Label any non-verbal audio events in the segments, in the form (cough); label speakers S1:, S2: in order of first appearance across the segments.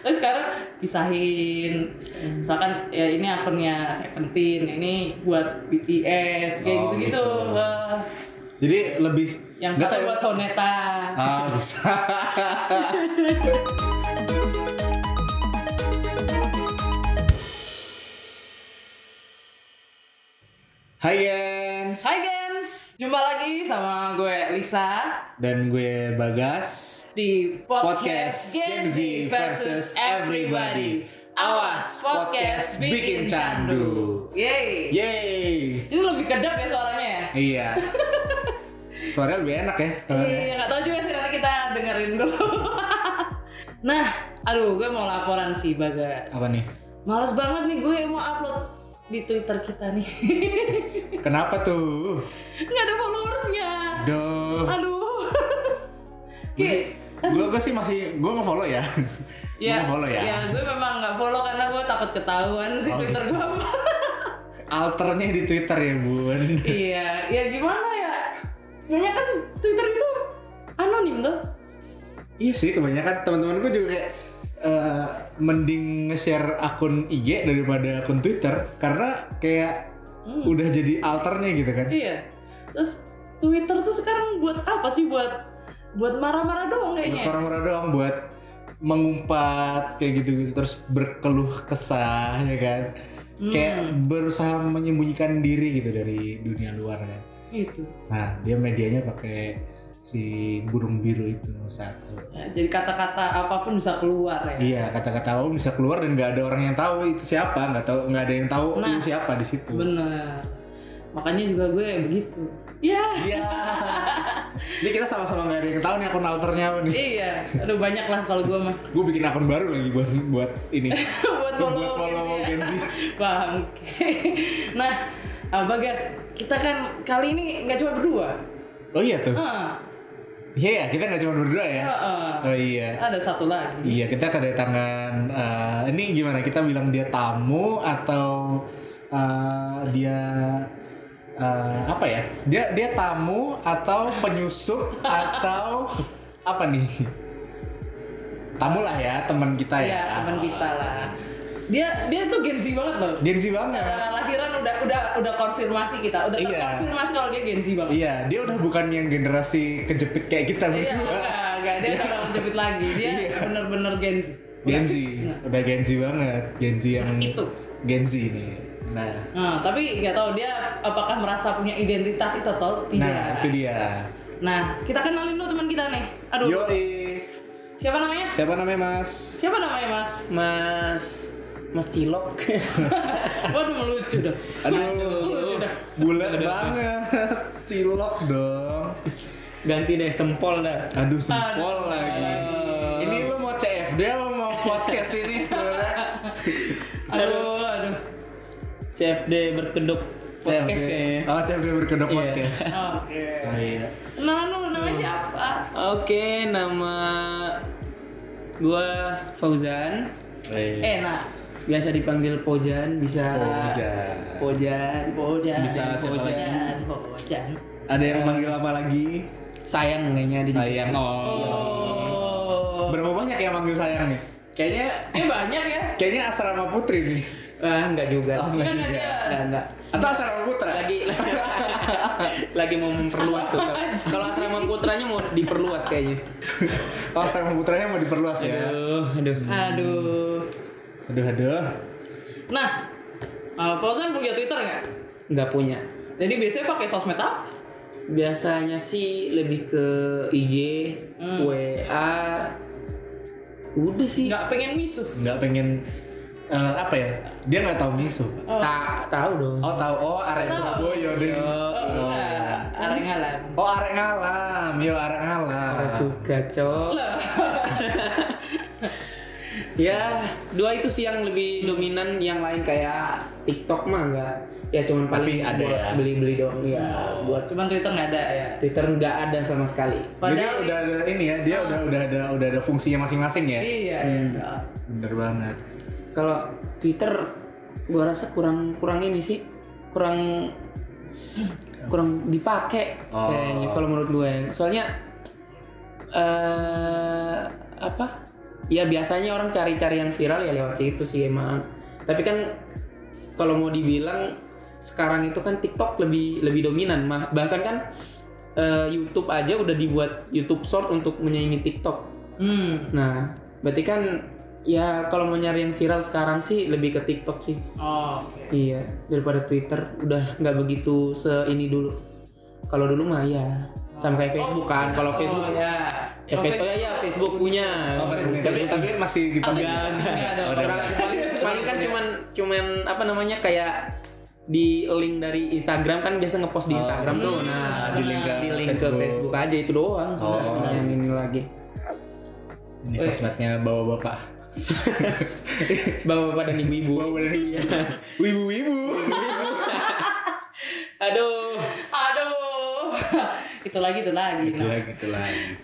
S1: Terus sekarang pisahin misalkan ya ini akunnya Seventeen, ini buat BTS kayak
S2: Oh,
S1: gitu-gitu.
S2: gitu.
S1: Eh,
S2: Jadi lebih
S1: yang satu
S2: nggak tahu- (laughs)
S1: buat Soneta.
S2: Ah, bisa. (laughs) Hai Gens
S1: Hai Gens, jumpa lagi sama gue Lisa
S2: Dan gue Bagas
S1: di
S2: Podcast
S1: podcast,
S2: Gen Z versus Everybody Awas podcast bikin candu
S1: Yeay.
S2: Yeay
S1: Ini lebih kedap ya suaranya ya.
S2: Iya Suaranya lebih enak ya kabarnya.
S1: Iya, nggak tahu juga sih nanti kita dengerin dulu. (laughs) nah, aduh, gue mau laporan sih Bagas.
S2: Apa nih?
S1: Males banget nih gue mau upload di Twitter kita nih. (laughs)
S2: Kenapa tuh?
S1: Nggak ada followersnya.
S2: Duh
S1: Aduh.
S2: (laughs) Gue gue- gue sih masih Gue nge-follow ya Gue nge-follow ya
S1: ya, gue memang nggak follow karena gue takut ketahuan sih
S2: Oh,
S1: Twitter
S2: gitu.
S1: gue apa. (laughs)
S2: Alternya di Twitter ya bun
S1: iya, ya gimana ya? Banyak kan Twitter itu anonim tuh.
S2: Iya sih kebanyakan teman-teman gue juga kayak eh, mending nge-share akun IG daripada akun Twitter karena kayak
S1: Hmm.
S2: udah jadi alternya gitu kan.
S1: Iya. Terus Twitter tuh sekarang buat apa sih buat buat marah-marah doang kayaknya. ya?
S2: Orang-orang doang buat mengumpat kayak gitu-gitu terus berkeluh kesah ya kan.
S1: Hmm,
S2: Kayak berusaha menyembunyikan diri gitu dari dunia luar kan.
S1: gitu.
S2: Nah, dia medianya pakai si burung biru itu satu.
S1: Ya, jadi kata-kata apapun bisa keluar ya.
S2: Iya, kata-kata apa bisa keluar dan nggak ada orang yang tahu itu siapa, nggak tahu nggak ada yang tahu
S1: Nah.
S2: itu siapa di situ.
S1: Bener. Makanya juga gue begitu. Ya.
S2: Iya. Ini kita sama-sama nggak ada yang tahu nih akun alternya apa nih.
S1: Iya. Aduh banyak lah kalau gue mah
S2: Gue bikin akun baru lagi buat buat ini.
S1: (laughs) buat follow.
S2: buat follow
S1: gitu ya.
S2: Gen Z.
S1: Bangke. (laughs) Nah, ah, Bagas, kita kan kali ini nggak cuma berdua.
S2: Oh iya tuh.
S1: Hah.
S2: Iya ya, kita nggak cuma berdua ya.
S1: Heeh.
S2: Oh iya.
S1: Ada satu lagi.
S2: Iya, kita kedatangan eh, ini gimana? Kita bilang dia tamu atau eh, dia eh, apa ya? Dia dia tamu atau penyusup atau apa nih? Tamu lah ya, teman kita ya.
S1: Iya, teman kita lah. Dia dia tuh Gen Z banget loh.
S2: Gen Z banget.
S1: Cara lahiran udah udah udah konfirmasi kita, udah
S2: Iya.
S1: terkonfirmasi kalau dia Gen Z banget.
S2: Iya, dia udah bukan yang generasi kejepit kayak kita
S1: Iya,
S2: berdua.
S1: enggak, enggak. Dia udah nggak jepit lagi. Dia bener-bener Gen Z. Udah
S2: Gen Z,
S1: fix.
S2: udah Gen Z banget. Gen Z yang
S1: Itu.
S2: Gen Z ini. Nah,
S1: Nah, tapi nggak tahu dia apakah merasa punya identitas itu atau tidak.
S2: nah itu dia.
S1: Nah, kita kenalin dulu teman kita nih. Aduh,
S2: Yoi.
S1: siapa namanya?
S2: Siapa namanya Mas?
S1: Siapa namanya Mas? (laughs)
S3: Mas Mas Cilok. (laughs)
S1: Waduh melucu dah.
S2: Aduh,
S1: Melucu dah.
S2: bulat banget. (laughs) Cilok dong.
S3: Ganti deh sempol dah.
S2: Aduh,
S1: Aduh,
S2: sempol lagi. Ini lu mau CFD apa mau podcast ini
S1: (laughs)
S2: sebenarnya?
S1: Aduh, aduh.
S3: CFD berkedok podcast kayaknya.
S2: Oh, CFD berkedok
S3: Iya.
S1: (laughs)
S2: podcast.
S1: Oke.
S2: Oh iya.
S1: Nah, lu namanya siapa?
S3: Oke, nama gua Fauzan,
S2: Oh, iya.
S1: Eh, nah.
S3: biasa dipanggil Pojan, bisa
S2: Pojan.
S3: Pojan.
S1: Bojan.
S2: Bisa siapa lagi?
S1: Bojan. Bojan.
S2: Ada yang manggil apa lagi?
S3: Sayang kayaknya di
S2: Sayang. Oh.
S1: Oh.
S2: Berapa banyak yang manggil sayang nih? Kayaknya
S1: Ini banyak ya.
S2: kayaknya asrama putri nih.
S3: Ah, enggak juga.
S2: Oh, enggak
S1: Kan
S2: juga.
S1: ada
S3: Enggak, enggak.
S2: Atau asrama putra? (laughs)
S3: Lagi lagi mau memperluas tuh. Kalau asrama putranya mau diperluas kayaknya.
S2: Oh, asrama putranya mau diperluas ya.
S3: Aduh, aduh.
S1: Aduh.
S2: Aduh, aduh.
S1: Nah, uh, Fauzan punya Twitter nggak?
S3: Enggak punya.
S1: Jadi biasanya pakai sosmed apa?
S3: Biasanya sih lebih ke IG,
S2: Hmm.
S3: WA. Udah sih.
S1: Nggak pengen misuh.
S2: Nggak pengen eh, apa ya? Dia nggak tahu miso.
S3: Tak tahu dong.
S2: Oh, tahu. Oh, arek Surabaya deh.
S1: Oh, enggak. Arah ngalam.
S2: Oh, arek ngalam. Yo, arek ngalam.
S3: Ada juga, Cok.
S1: Lah.
S3: Ya, dua itu sih yang
S2: Hmm.
S3: lebih dominan, yang lain kayak TikTok mah enggak. Ya cuman
S2: Tapi
S3: paling
S2: ada
S3: buat
S2: ya. Hmm.
S3: beli-beli doang ya buat
S1: Cuman Twitter nggak ada ya.
S3: Twitter nggak ada sama sekali.
S2: Jadi
S1: Padahal-
S2: udah ada ini ya, dia udah udah ada udah ada fungsinya masing-masing ya.
S1: Iya. iya.
S2: Bener banget.
S3: Kalau Twitter gua rasa kurang kurang ini sih, kurang kurang dipakai
S2: Oh.
S3: ya. kayaknya kalau menurut gue. Soalnya eh apa? ya biasanya orang cari-cari yang viral ya lewat situ sih emang tapi kan kalau mau dibilang sekarang itu kan TikTok lebih lebih dominan mah bahkan kan eh, YouTube aja udah dibuat YouTube Short untuk menyaingi TikTok
S1: Hmm.
S3: nah berarti kan ya kalau mau nyari yang viral sekarang sih lebih ke TikTok sih
S1: Oh, oke.
S3: Iya, daripada Twitter udah nggak begitu se ini dulu. Kalau dulu mah ya sama kayak Facebook kan. Kalau Facebook
S1: Oh,
S3: ya.
S1: ya.
S3: Eh, Face- oh ya, ya, Facebook punya.
S2: iya. Oh, Facebooknya. tapi tapi masih dipakai.
S3: Enggak,
S1: Enggak ada.
S2: Oh, udah,
S3: Orang
S2: udah.
S3: paling paling kan cuman cuman apa namanya kayak di link dari Instagram kan biasa ngepost di
S2: Oh,
S3: Instagram tuh.
S2: hmm,
S3: Nah,
S2: di link ke
S3: di link
S2: Facebook.
S3: ke Facebook aja itu doang.
S2: Oh.
S3: Yang ini lagi. (laughs)
S2: Ini sosmednya bawa bapak.
S3: Bapak-bapak dan ibu-ibu.
S2: Wibu wibu.
S3: (laughs) Aduh.
S1: Aduh. (laughs) itu lagi itu lagi. Nah,
S2: Gila gitu lagi.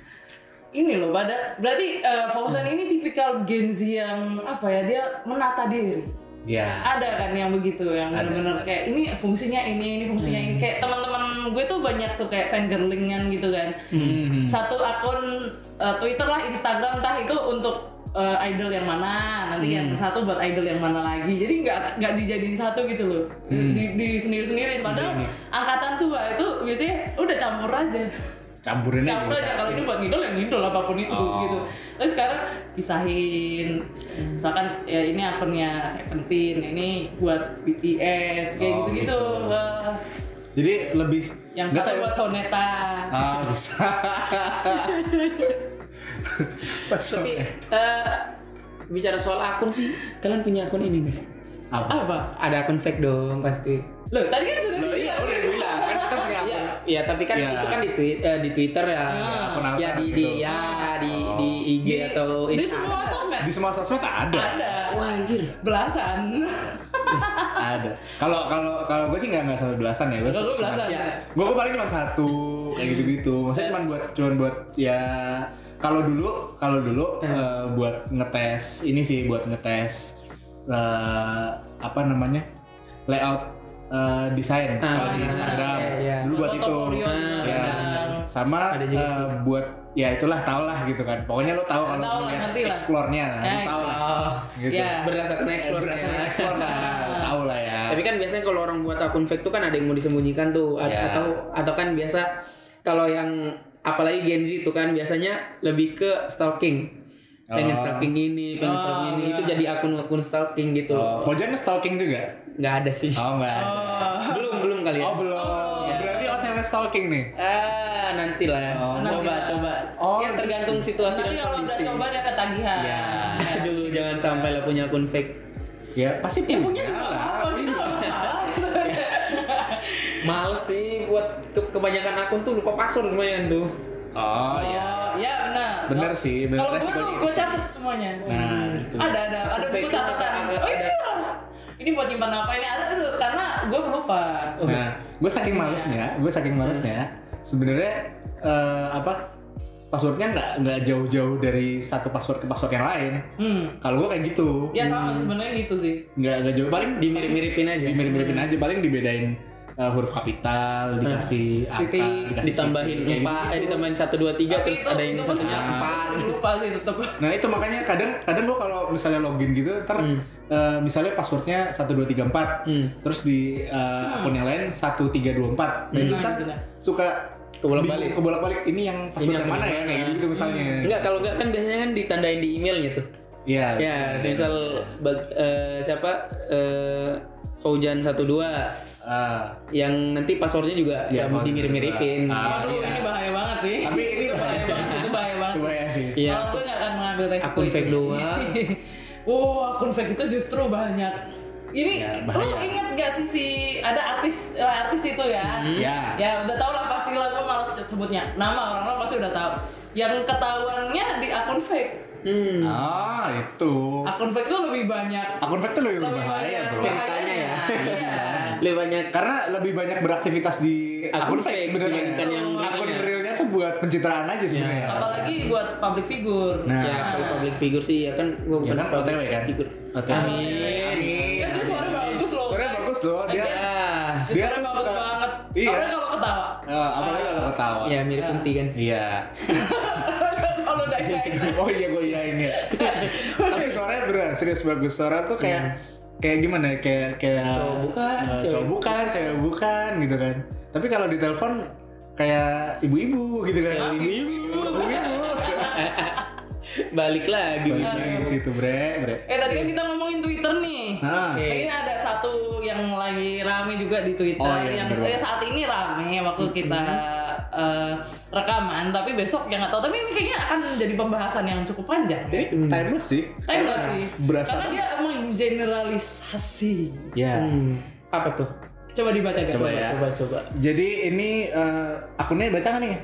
S1: ini loh pada berarti eh, Fauzan ini tipikal Gen Z yang apa ya dia menata diri
S2: Ya.
S1: ada kan yang begitu yang
S2: Ada,
S1: benar-benar
S2: ada.
S1: kayak ini fungsinya ini ini fungsinya ini kayak teman-teman gue tuh banyak tuh kayak fangirlingan gitu kan
S2: Hmm.
S1: satu akun eh, Twitter lah Instagram entah itu untuk eh, idol yang mana nanti yang
S2: Hmm.
S1: satu buat idol yang mana lagi jadi nggak nggak dijadiin satu gitu loh
S2: Hmm.
S1: di, di sendiri-sendiri padahal angkatan tua itu biasanya udah campur aja
S2: Campurinnya
S1: campur
S2: gimana?
S1: aja kalau ini buat ngidol ya ngidol apapun itu
S2: Oh.
S1: gitu terus sekarang pisahin misalkan ya ini akunnya Seventeen ini buat BTS kayak
S2: Oh,
S1: gitu-gitu
S2: gitu.
S1: Wah,
S2: Jadi lebih
S1: yang satu
S2: nggak tahu ya.
S1: buat Soneta
S2: Ah, bisa. Pas
S3: Tapi eh, bicara soal akun sih, kalian punya akun ini nggak sih?
S2: apa?
S1: apa
S3: Ada akun fake dong pasti.
S1: loh tadi kan sudah
S2: Loh, iya udah bilang kan kita punya akun.
S3: Iya, iya tapi kan
S2: Iya.
S3: itu kan di tweet, eh, di Twitter ya.
S2: akun
S3: ya
S2: alter
S3: di,
S2: gitu. Oh.
S3: di ya di di IG
S1: di,
S2: Iya,
S3: atau
S1: di
S3: Insta.
S1: semua sosmed
S2: Di semua sosmed
S1: (laughs)
S2: ada.
S1: ada
S3: Wah anjir.
S1: belasan
S2: Ada. Kalau kalau kalau gue sih nggak nggak sampai belasan ya. Gue
S1: kalau gue
S2: cuma-
S1: belasan
S3: Ya.
S2: gue gue paling cuma satu kayak gitu gitu maksudnya cuma buat cuma buat ya kalau dulu kalau dulu eh, buat ngetes ini sih buat ngetes eh, apa namanya layout eh, desain
S3: Ah,
S2: kalau di
S1: iya,
S2: Instagram
S3: iya, iya.
S2: dulu buat itu
S1: Portofolio
S3: Ah,
S2: ya
S1: Instagram.
S2: sama
S3: Ada juga
S2: eh,
S3: sih.
S2: buat ya itulah tau lah gitu kan pokoknya lo tahu kalau
S1: Tau lah,
S2: ngeliat
S1: ngerti lah.
S2: explore-nya nah, lo
S1: Eh,
S2: tau lah
S3: Oh,
S2: gitu
S1: iya.
S3: berdasarkan explore
S2: Berdasarkan
S3: ya.
S2: explore lah tahu lah ya
S3: Tapi kan biasanya kalau orang buat akun fake tuh kan ada yang mau disembunyikan tuh A-
S2: Ya.
S3: atau atau kan biasa kalau yang apalagi Gen Z itu kan biasanya lebih ke stalking. Pengen
S2: Oh.
S3: stalking ini, pengen
S1: Oh,
S3: stalking ini.
S1: iya.
S3: Itu jadi akun-akun stalking gitu.
S2: oh, Pojan stalking juga
S3: nggak ada sih.
S2: oh nggak ada.
S1: Oh.
S3: Belum belum kali ya.
S2: Oh belum. Berarti OTW stalking nih.
S3: Ah, nantilah.
S2: Oh.
S3: coba,
S1: Nantilah.
S3: coba.
S2: Oh,
S3: ya tergantung situasi
S1: nanti
S3: dan
S1: kalau udah
S3: kondisi.
S1: coba dia ketagihan
S2: Iya.
S3: (laughs) Aduh, jangan sampai lah punya akun fake.
S2: Ya pasti
S1: ya (laughs) punya juga gitu. apa kita nggak masalah
S3: Males sih buat ke- kebanyakan akun tuh lupa password lumayan tuh.
S2: Oh ya.
S1: ya benar.
S2: Benar sih, benar
S1: Kalau gue
S2: resikonya
S1: tuh
S2: itu
S1: gue
S2: sih.
S1: catat semuanya.
S2: Nah, itu.
S1: Ada ada ada
S3: Tapi
S1: buku
S3: itu
S2: (laughs)
S1: catatan.
S3: ada-
S1: Oh iya.
S3: ada-
S1: Ini buat nyimpan apa ini? Ada aduh, karena gue lupa.
S2: Nah, gue saking malesnya, gue saking malesnya, sebenarnya eh, apa passwordnya nggak nggak jauh-jauh dari satu password ke password yang lain.
S1: Hmm.
S2: Kalau gue kayak gitu,
S1: Ya sama sebenarnya gitu sih.
S2: nggak nggak jauh. Paling
S3: Dimirip-miripin aja.
S2: dimirip-miripin aja, paling dibedain eh, huruf kapital, dikasih angka,
S1: Nah, Titik.
S2: dikasih
S3: Ditambahin
S2: titik, kayak gitu.
S3: empat, eh ditambahin satu dua
S2: Ya,
S3: tiga
S1: Tapi kan
S3: terus ada yang
S1: pun
S3: satunya
S1: juga
S3: empat.
S1: Lupa sih
S2: (laughs)
S1: tetep.
S2: Nah itu makanya kadang kadang lo kalau misalnya login gitu, ntar
S1: Hmm.
S2: eh, misalnya passwordnya 1234,
S3: Hmm.
S2: terus di eh, akun yang lain 1324. Nah itu
S1: Hmm.
S2: ntar
S1: Nah, gitu dah.
S2: suka
S3: Kebolak-balik.
S2: bingung, kebolak-balik ini yang password
S3: Ini
S2: yang
S3: yang
S2: mana ya kayak
S1: Hmm.
S2: gitu misalnya.
S3: Enggak, kalau enggak kan biasanya kan ditandain di emailnya tuh.
S2: Iya.
S3: Ya, misal bag- eh, siapa eh Fauzan 12
S2: Ah,
S3: yang nanti passwordnya juga
S2: Iya,
S3: ya, mesti mirip-miripin.
S2: Ah,
S1: Aduh ini bahaya banget sih.
S2: Tapi ini
S1: Itu bahaya
S2: bahaya.
S1: banget. Itu bahaya banget.
S2: Coba ya sih.
S3: Iya.
S1: Kalau gue nggak akan mengambil resiko
S3: Akun fake
S1: itu.
S3: doang.
S1: (laughs) wow, akun fake itu justru banyak. Ini
S2: Ya,
S1: lu
S2: bahaya.
S1: inget gak sih si ada artis eh, artis itu ya?
S3: Hmm.
S2: Ya.
S1: Ya udah tau lah pasti lah gue malas sebutnya. Nama orang-orang pasti udah tahu. Yang ketahuannya di akun fake.
S3: Hmm.
S2: Ah, itu.
S1: Akun fake tuh lebih banyak.
S2: Akun fake tuh lebih bahaya, Bro.
S3: Cek. Ceritanya ya.
S1: Iya.
S3: Lebih banyak
S2: Karena lebih banyak beraktivitas di akun
S3: Akun fake,
S2: fake sebenarnya.
S3: bukan yang
S2: Akun
S3: ininya.
S2: realnya tuh buat pencitraan aja sebenarnya.
S1: apalagi buat public figure
S2: Nah,
S3: ya kalau public figure sih ya kan
S2: ya
S3: gue bukan
S2: kan
S3: public
S2: OTW kan?
S3: figure.
S2: OTW.
S3: Amin.
S1: kan dia
S2: Amin.
S1: suara bagus loh
S2: Suaranya
S1: guys.
S2: bagus loh, dia-
S1: Again,
S3: Ah,
S1: dia
S2: Dia
S1: suara
S2: tuh
S1: bagus
S2: suka-
S1: banget
S2: Iya.
S1: apalagi kalau ketawa (laughs)
S2: Eh, apalagi kalau ketawa.
S3: ya mirip inti kan.
S2: Iya. (laughs)
S1: kalau udah kayak
S2: Oh iya gue iyain ya. Tapi suaranya beneran serius bagus. Suara tuh kayak
S3: Iya.
S2: kayak gimana ya? Kayak kayak
S3: Cowok bukan,
S2: eh,
S3: cewek
S2: cowok bukan, cewek bukan gitu kan. Tapi kalau ditelepon kayak ibu-ibu gitu kan.
S3: Iya, Ibu-ibu.
S2: Ibu-ibu.
S3: Balik lagi.
S2: Balik lagi ke situ bre, bre.
S1: eh tadi kan kita ngomongin Twitter nih
S2: Nah,
S3: Oke.
S1: Ini ada satu yang lagi rame juga di Twitter
S2: Oh, iya,
S1: yang
S2: bener banget.
S1: eh, saat ini rame waktu kita eh, rekaman tapi besok yang nggak tahu tapi ini kayaknya akan jadi pembahasan yang cukup panjang.
S2: ini timeless sih.
S1: Tapi nggak sih,
S2: Eh, Berasa
S1: karena dia menggeneralisasi.
S2: Ya.
S3: Hmm. Apa tuh?
S1: Coba dibaca guys.
S2: Coba. Ya.
S3: Coba coba.
S2: Jadi ini eh, akunnya baca nggak nih?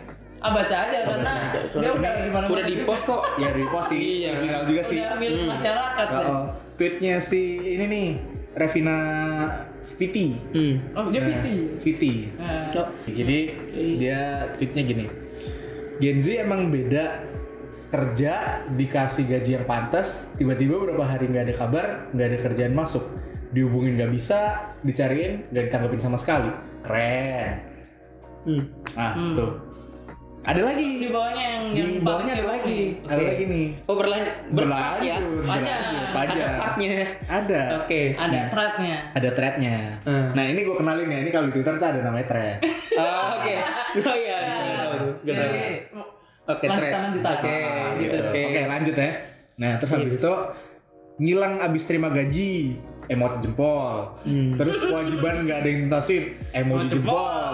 S1: Ah baca aja karena
S3: aja.
S1: dia udah di mana
S3: Udah di post kok.
S2: Ya di post sih.
S3: Iya.
S2: Viral juga sih.
S1: udah milik masyarakat.
S2: Oh,
S1: ya.
S2: oh. tweetnya si ini nih Revina Viti.
S3: Hmm.
S1: Oh dia Viti.
S2: Viti.
S1: Nah,
S3: Cok.
S2: Jadi dia tweetnya gini. Gen Z emang beda kerja dikasih gaji yang pantas tiba-tiba berapa hari nggak ada kabar nggak ada kerjaan masuk dihubungin nggak bisa dicariin nggak ditanggapin sama sekali keren
S3: Hmm.
S2: nah tuh ada lagi
S1: di bawahnya yang yang
S2: di bawahnya ada lagi ada
S3: ya, Oke.
S2: lagi nih
S3: Oh berlanjut. Berlanjut
S2: Berlanjut, Ya.
S3: ya.
S1: Panjang.
S2: berlanjut,
S3: Ada
S2: panjang.
S3: partnya.
S2: ada
S3: Oke.
S1: ada
S2: Hmm.
S1: threadnya.
S2: ada threadnya
S3: Hmm.
S2: nah ini gue kenalin ya ini kalau di twitter tuh ada namanya thread
S3: Ah, Oke. Oh iya. iya, tahu tuh.
S1: Jadi,
S3: Gak tahu. Oke,
S1: Lanjutan,
S3: thread.
S1: lanjutan.
S3: Oke,
S2: Ah,
S3: gitu.
S2: gitu. oke lanjut ya nah terus
S3: Sip.
S2: habis itu ngilang abis terima gaji emot jempol
S3: Hmm.
S2: (laughs) terus kewajiban nggak ada yang tuntasin emoji
S1: jempol.
S2: jempol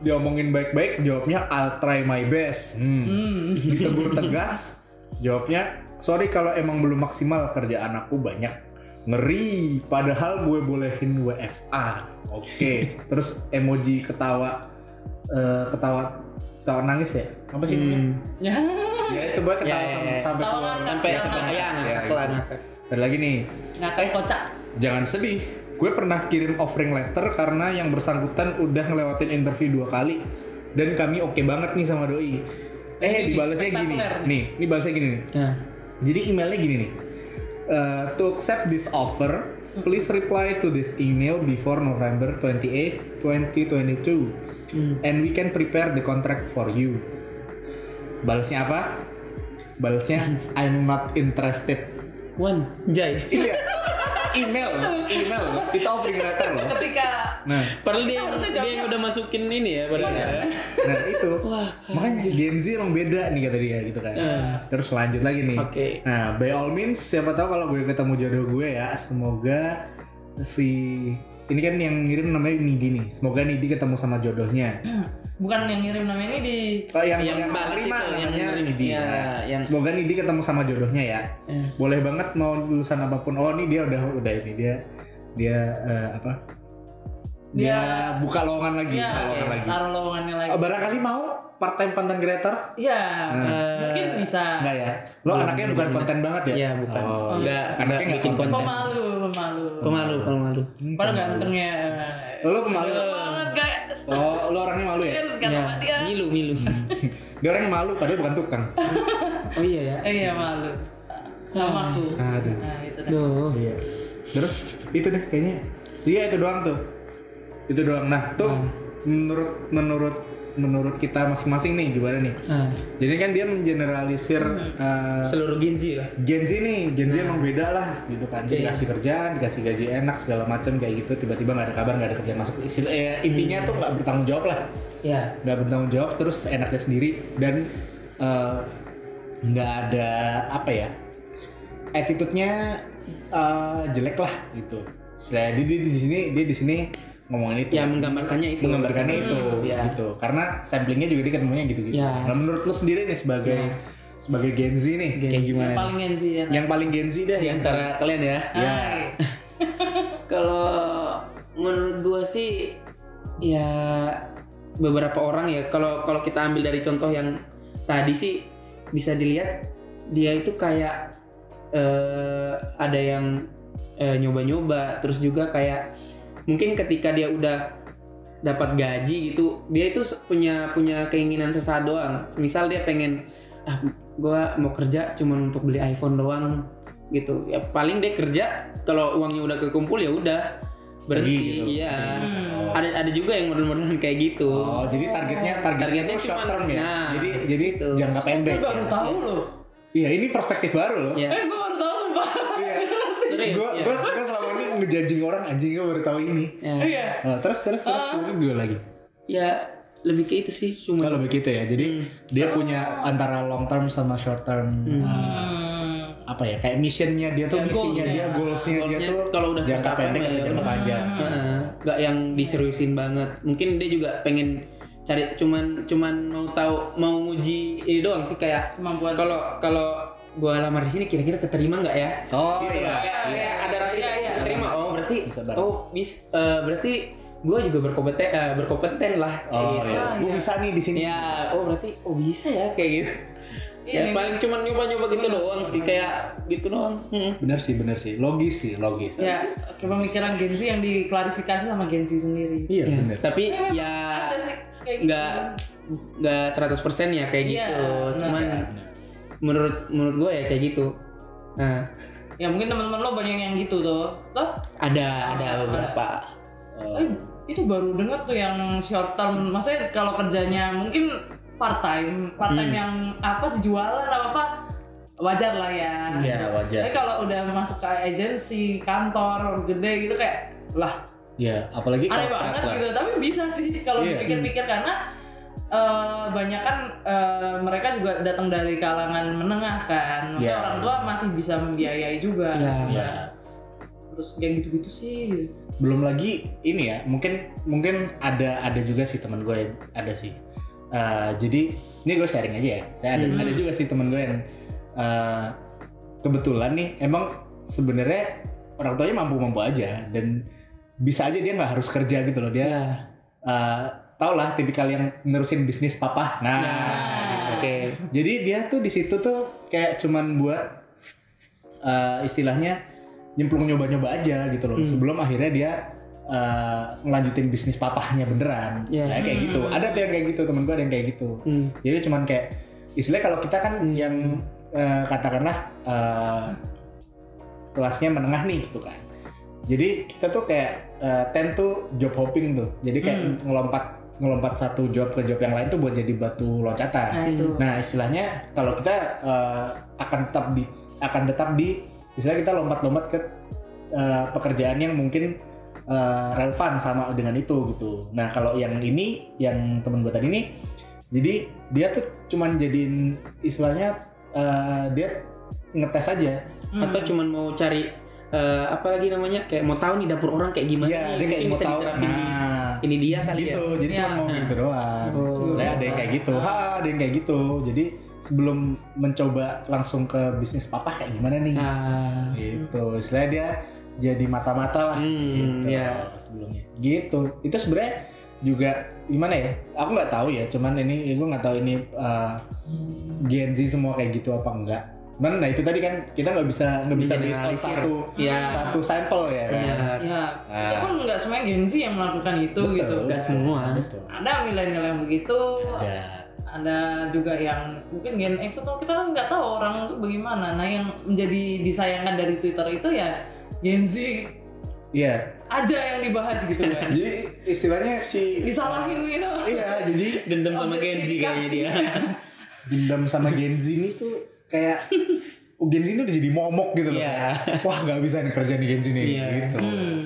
S2: diomongin baik-baik jawabnya I'll try my best hmm.
S1: hmm. (laughs)
S2: (laughs) ditegur tegas jawabnya sorry kalau emang belum maksimal kerjaan aku banyak ngeri padahal gue bolehin WFA oke (laughs) terus emoji ketawa eh, ketawa ketawa nangis ya apa sih namanya?
S3: Hmm.
S1: Ya.
S2: ya itu gue ketawa
S3: Ya, ya,
S2: sam-
S3: ya.
S2: sampai
S1: Ketawa
S2: keluar
S1: ngakak.
S3: Sampai
S1: Ya,
S3: sampai
S1: ngakak.
S3: ya ngakak
S2: Ya,
S3: lah
S2: gitu.
S3: ngakak.
S2: ada lagi nih
S1: nggak akan kocak.
S2: jangan sedih gue pernah kirim offering letter karena yang bersangkutan udah ngelewatin interview dua kali dan kami oke banget nih sama doi eh
S1: Ini
S2: dibalasnya gini
S1: spektakuler.
S2: nih ini balasnya gini nih
S3: Nah.
S2: jadi emailnya gini nih. Eh, to accept this offer, please reply to this email before November 28th, 2022.
S3: Hmm.
S2: And we can prepare the contract for you. Balasnya apa? Balasnya I'm not interested. (laughs)
S3: One, Jai.
S2: Iya. Email, loh, email loh. Itu offering letter loh.
S1: Ketika (clears throat)
S2: Nah,
S3: Padahal dia,
S1: Harusnya
S3: dia
S1: jawabnya- Iya.
S3: yang udah masukin ini ya padahal. ya.
S2: nah itu.
S3: Wah,
S2: Makanya Gen Z emang beda nih kata dia gitu kan.
S3: Eh.
S2: Terus lanjut lagi nih.
S3: Oke.
S2: Nah, by all means, siapa tahu kalau gue ketemu jodoh gue ya, semoga si ini kan yang ngirim namanya Nidi nih. Semoga Nidi ketemu sama jodohnya.
S1: Hmm, bukan yang ngirim nama ini di
S2: Oh, yang
S3: Yang balas
S2: terima
S3: itu, yang
S2: namanya
S3: ngirim.
S2: Nidi.
S3: Ya,
S2: Nah,
S3: yang-
S2: Semoga Nidi ketemu sama jodohnya ya.
S3: Eh.
S2: Boleh banget mau lulusan apapun. Oh, ini dia udah udah ini dia dia eh, apa? Dia,
S1: Dia-
S2: buka lowongan lagi,
S1: ya
S2: buka lowongan lagi.
S1: taruh lowongannya lagi.
S2: Oh, barangkali mau part time content creator?
S1: Ya,
S2: Eh.
S1: mungkin bisa.
S2: Enggak ya. Lo anaknya bukan konten banget ya?
S3: Iya, bukan.
S2: Oh,
S3: Enggak,
S2: anaknya
S3: enggak
S2: enggak
S3: bikin
S2: konten.
S3: konten.
S1: Pemalu, pemalu.
S3: Pemalu, pemalu.
S1: Padahal ganteng ya.
S2: Lo pemalu.
S1: Banget guys.
S2: Oh, lo orangnya malu
S1: (laughs)
S2: ya?
S1: Ganteng
S3: Ya,
S1: banget dia.
S3: milu, milu.
S2: Dia orang yang malu padahal bukan tukang.
S3: Oh iya ya.
S1: Eh, Iya malu. Sama aku.
S2: Aduh.
S1: Nah, itu dah.
S3: Duh.
S2: Iya. Terus itu deh kayaknya. Iya itu doang tuh. Itu doang. Nah, tuh menurut menurut menurut kita masing-masing nih gimana nih?
S3: Ah,
S2: Jadi kan dia mengeneralisir eh,
S3: seluruh Genzi lah.
S2: Gen Z nih, Gen Z emang beda lah gitu kan. Dia Dikasih kerjaan, dikasih gaji enak segala macam kayak gitu. Tiba-tiba nggak ada kabar, nggak ada kerjaan masuk. Istilah- eh, intinya tuh nggak bertanggung jawab lah.
S3: Ya.
S2: nggak bertanggung jawab terus enaknya sendiri dan eh, nggak ada apa ya attitude-nya eh, jelek lah gitu. Selain dia, dia di sini dia di sini ngomongin itu
S3: Ya menggambarkannya itu.
S2: menggambarkannya itu
S3: ya.
S2: gitu karena samplingnya juga dia ketemunya gitu gitu.
S3: Ya.
S2: Nah, menurut lu sendiri nih sebagai
S3: Iya.
S2: sebagai Gen Z nih kayak gimana?
S1: Yang
S2: nih?
S1: paling gengsi ya.
S2: Yang paling Gen Z deh.
S3: Di antara kalian ya.
S1: Ah,
S2: Ya.
S1: Hai.
S3: Kalau menurut gua sih ya beberapa orang ya kalau kalau kita ambil dari contoh yang tadi sih bisa dilihat dia itu kayak eh, ada yang eh, nyoba-nyoba terus juga kayak mungkin ketika dia udah dapat gaji gitu dia itu se- punya punya keinginan sesaat doang misal dia pengen ah gua mau kerja cuma untuk beli iPhone doang gitu ya paling dia kerja kalau uangnya udah kekumpul ya udah berhenti
S2: Pergi gitu.
S3: iya
S2: Hmm.
S3: ada ada juga yang model-modelan kayak gitu
S2: Oh, jadi targetnya targetnya,
S3: Targetnya
S2: itu short
S3: cuman-
S2: term ya.
S3: nah,
S2: jadi jadi
S3: gitu.
S2: jangka pendek.
S1: Gue Eh, baru
S2: ya.
S1: tahu loh.
S2: Iya, ini perspektif baru loh.
S3: Iya.
S1: Eh, gue baru tahu sumpah.
S2: Iya.
S3: Serius,
S2: Gue
S3: iya.
S2: gue gue selama ini ngejajing orang anjing gue baru tahu ini.
S3: Ya.
S1: Iya.
S2: Eh, terus terus terus mungkin gue lagi.
S3: ya lebih ke itu sih cuma
S2: Kalau begitu ya. Jadi dia punya antara long term sama short term eh,
S1: Hmm.
S2: apa ya? Kayak missionnya dia tuh
S1: Ya,
S2: misinya
S1: goals-nya.
S2: dia, goalsnya dia
S3: Goals-nya
S2: tuh
S3: kalau udah
S2: jangka
S3: tercapai
S2: pendek
S3: mah
S2: atau
S3: ya
S2: jangka
S3: udah.
S2: panjang.
S3: Heeh, nggak yang diseriusin banget mungkin dia juga pengen cari cuman cuman mau tahu mau nguji ini doang sih kayak
S1: Kemampuan.
S3: kalau kalau gua lamar di sini kira-kira keterima nggak ya
S2: Oh
S3: Gitu
S2: iya.
S3: loh. kayak,
S1: Iya,
S3: kayak
S1: iya.
S3: ada rasa
S1: Iya, iya.
S3: keterima oh berarti
S2: Bisa banget.
S3: oh bis eh, berarti gua juga berkompeten eh, berkompeten lah kayak
S2: Oh
S3: gitu.
S2: iya.
S1: Ah,
S2: Gue
S1: iya.
S2: bisa nih di sini.
S3: ya oh berarti oh bisa ya kayak gitu
S1: Iya,
S3: ya
S1: nih.
S3: paling cuman nyoba-nyoba gitu doang sih kayak gitu doang Hmm.
S2: Bener sih, bener sih. Logis sih, logis.
S1: Ya, oke, pemikiran Gen Z yang diklarifikasi sama Gen Z sendiri.
S2: Iya,
S3: Ya,
S2: bener.
S3: tapi
S1: memang
S3: ya
S1: ada sih kayak gitu.
S3: nggak nggak 100% ya kayak
S1: Iya,
S3: gitu
S1: benar.
S3: cuman
S2: Ya, bener.
S3: menurut menurut gue ya kayak gitu nah
S1: Ya mungkin teman-teman lo banyak yang gitu tuh. Toh,
S3: ada ada
S1: Iya.
S3: beberapa
S1: eh, itu baru dengar tuh yang short term. Maksudnya kalau kerjanya mungkin part time, part time
S2: Hmm.
S1: yang apa sih jualan apa apa wajar lah ya.
S2: Iya, wajar.
S1: Tapi kalau udah masuk ke agensi, kantor gede gitu kayak lah
S2: Ya, apalagi
S1: aneh
S2: korporat
S1: banget
S2: lah.
S1: gitu tapi bisa sih (laughs) kalau
S2: Iya.
S1: dipikir-pikir karena eh banyak kan eh, mereka juga datang dari kalangan menengah kan maksudnya
S2: Iya.
S1: orang tua masih bisa membiayai juga
S3: Iya.
S2: Iya.
S1: terus kayak gitu-gitu sih
S2: Belum lagi ini ya, mungkin mungkin ada ada juga sih teman gue yang- ada sih. Eh, jadi ini gue sharing aja ya. Saya ada
S1: Hmm.
S2: ada juga sih teman gue yang eh, kebetulan nih emang sebenarnya orang tuanya mampu-mampu aja dan bisa aja dia nggak harus kerja gitu
S1: Iya.
S2: loh dia
S3: ya
S2: eh, tau lah tipikal yang nerusin bisnis papa nah
S3: ya
S1: gitu.
S3: oke
S2: Jadi dia tuh di situ tuh kayak cuman buat eh, istilahnya nyemplung nyoba-nyoba aja gitu loh.
S3: Hmm.
S2: Sebelum akhirnya dia eh, ngelanjutin bisnis papahnya beneran.
S3: Iya.
S2: Istilahnya kayak gitu.
S1: Hmm.
S2: Ada tuh yang kayak gitu, temen gue ada yang kayak gitu.
S3: Hmm.
S2: Jadi cuman kayak istilahnya kalau kita kan
S3: Hmm.
S2: yang eh, katakanlah eh, kelasnya menengah nih gitu kan. Jadi kita tuh kayak eh, tend tuh job hopping tuh. Jadi kayak
S1: Hmm.
S2: ngelompat ngelompat satu job ke job yang lain tuh buat jadi batu loncatan.
S1: nah itu
S2: Nah, istilahnya kalau kita eh, akan tetap di akan tetap di istilah kita lompat-lompat ke eh, pekerjaan yang mungkin eh, relevan sama dengan itu gitu. Nah, kalau yang ini yang temen gue tadi ini jadi dia tuh cuman jadiin istilahnya eh, dia ngetes aja.
S1: Hmm.
S3: atau cuman mau cari eh, apa lagi namanya kayak mau tahu nih dapur orang kayak gimana
S2: Iya,
S3: nih.
S2: dia kayak
S3: Mungkin
S2: mau
S3: bisa
S2: tahu.
S3: diterapin di-
S2: Nah,
S3: ini dia kali
S2: gitu.
S3: ya
S2: Jadi
S1: Iya.
S2: cuma mau gitu doang.
S3: Oh.
S2: Sebenarnya ada yang kayak gitu. Ha, ada yang kayak gitu. Jadi sebelum mencoba langsung ke bisnis papa kayak gimana nih?
S3: nah
S2: gitu istilahnya dia jadi mata-mata lah
S3: hmm
S2: gitu,
S3: ya
S2: sebelumnya gitu itu sebenarnya juga gimana ya aku nggak tahu ya cuman ini gue nggak tahu ini uh, Gen Z semua kayak gitu apa enggak cuman nah itu tadi kan kita nggak bisa nggak bisa di stop
S3: Generalisir.
S2: satu
S3: ya Iya.
S2: satu sampel ya kan
S1: ya
S3: benar
S1: itu
S2: Ah.
S1: kan nggak semua Gen Z yang melakukan itu
S2: Betul.
S1: gitu
S3: nggak semua
S2: Betul. Iya.
S1: ada milenial yang begitu
S3: Ya.
S2: ada
S1: ada juga yang mungkin Gen X atau kita kan nggak tahu orang itu bagaimana nah yang menjadi disayangkan dari Twitter itu ya Gen Z
S2: iya
S1: aja yang dibahas gitu kan
S2: jadi istilahnya si
S1: disalahin gitu
S2: iya jadi
S3: dendam sama Gen Z kayaknya dia
S2: dendam sama Gen Z ini tuh kayak oh, Gen Z ini udah jadi momok gitu loh.
S3: Iya.
S2: Kayak, Wah nggak bisa nih kerja nih Gen Z nih
S3: Iya.
S2: gitu.
S1: hmm.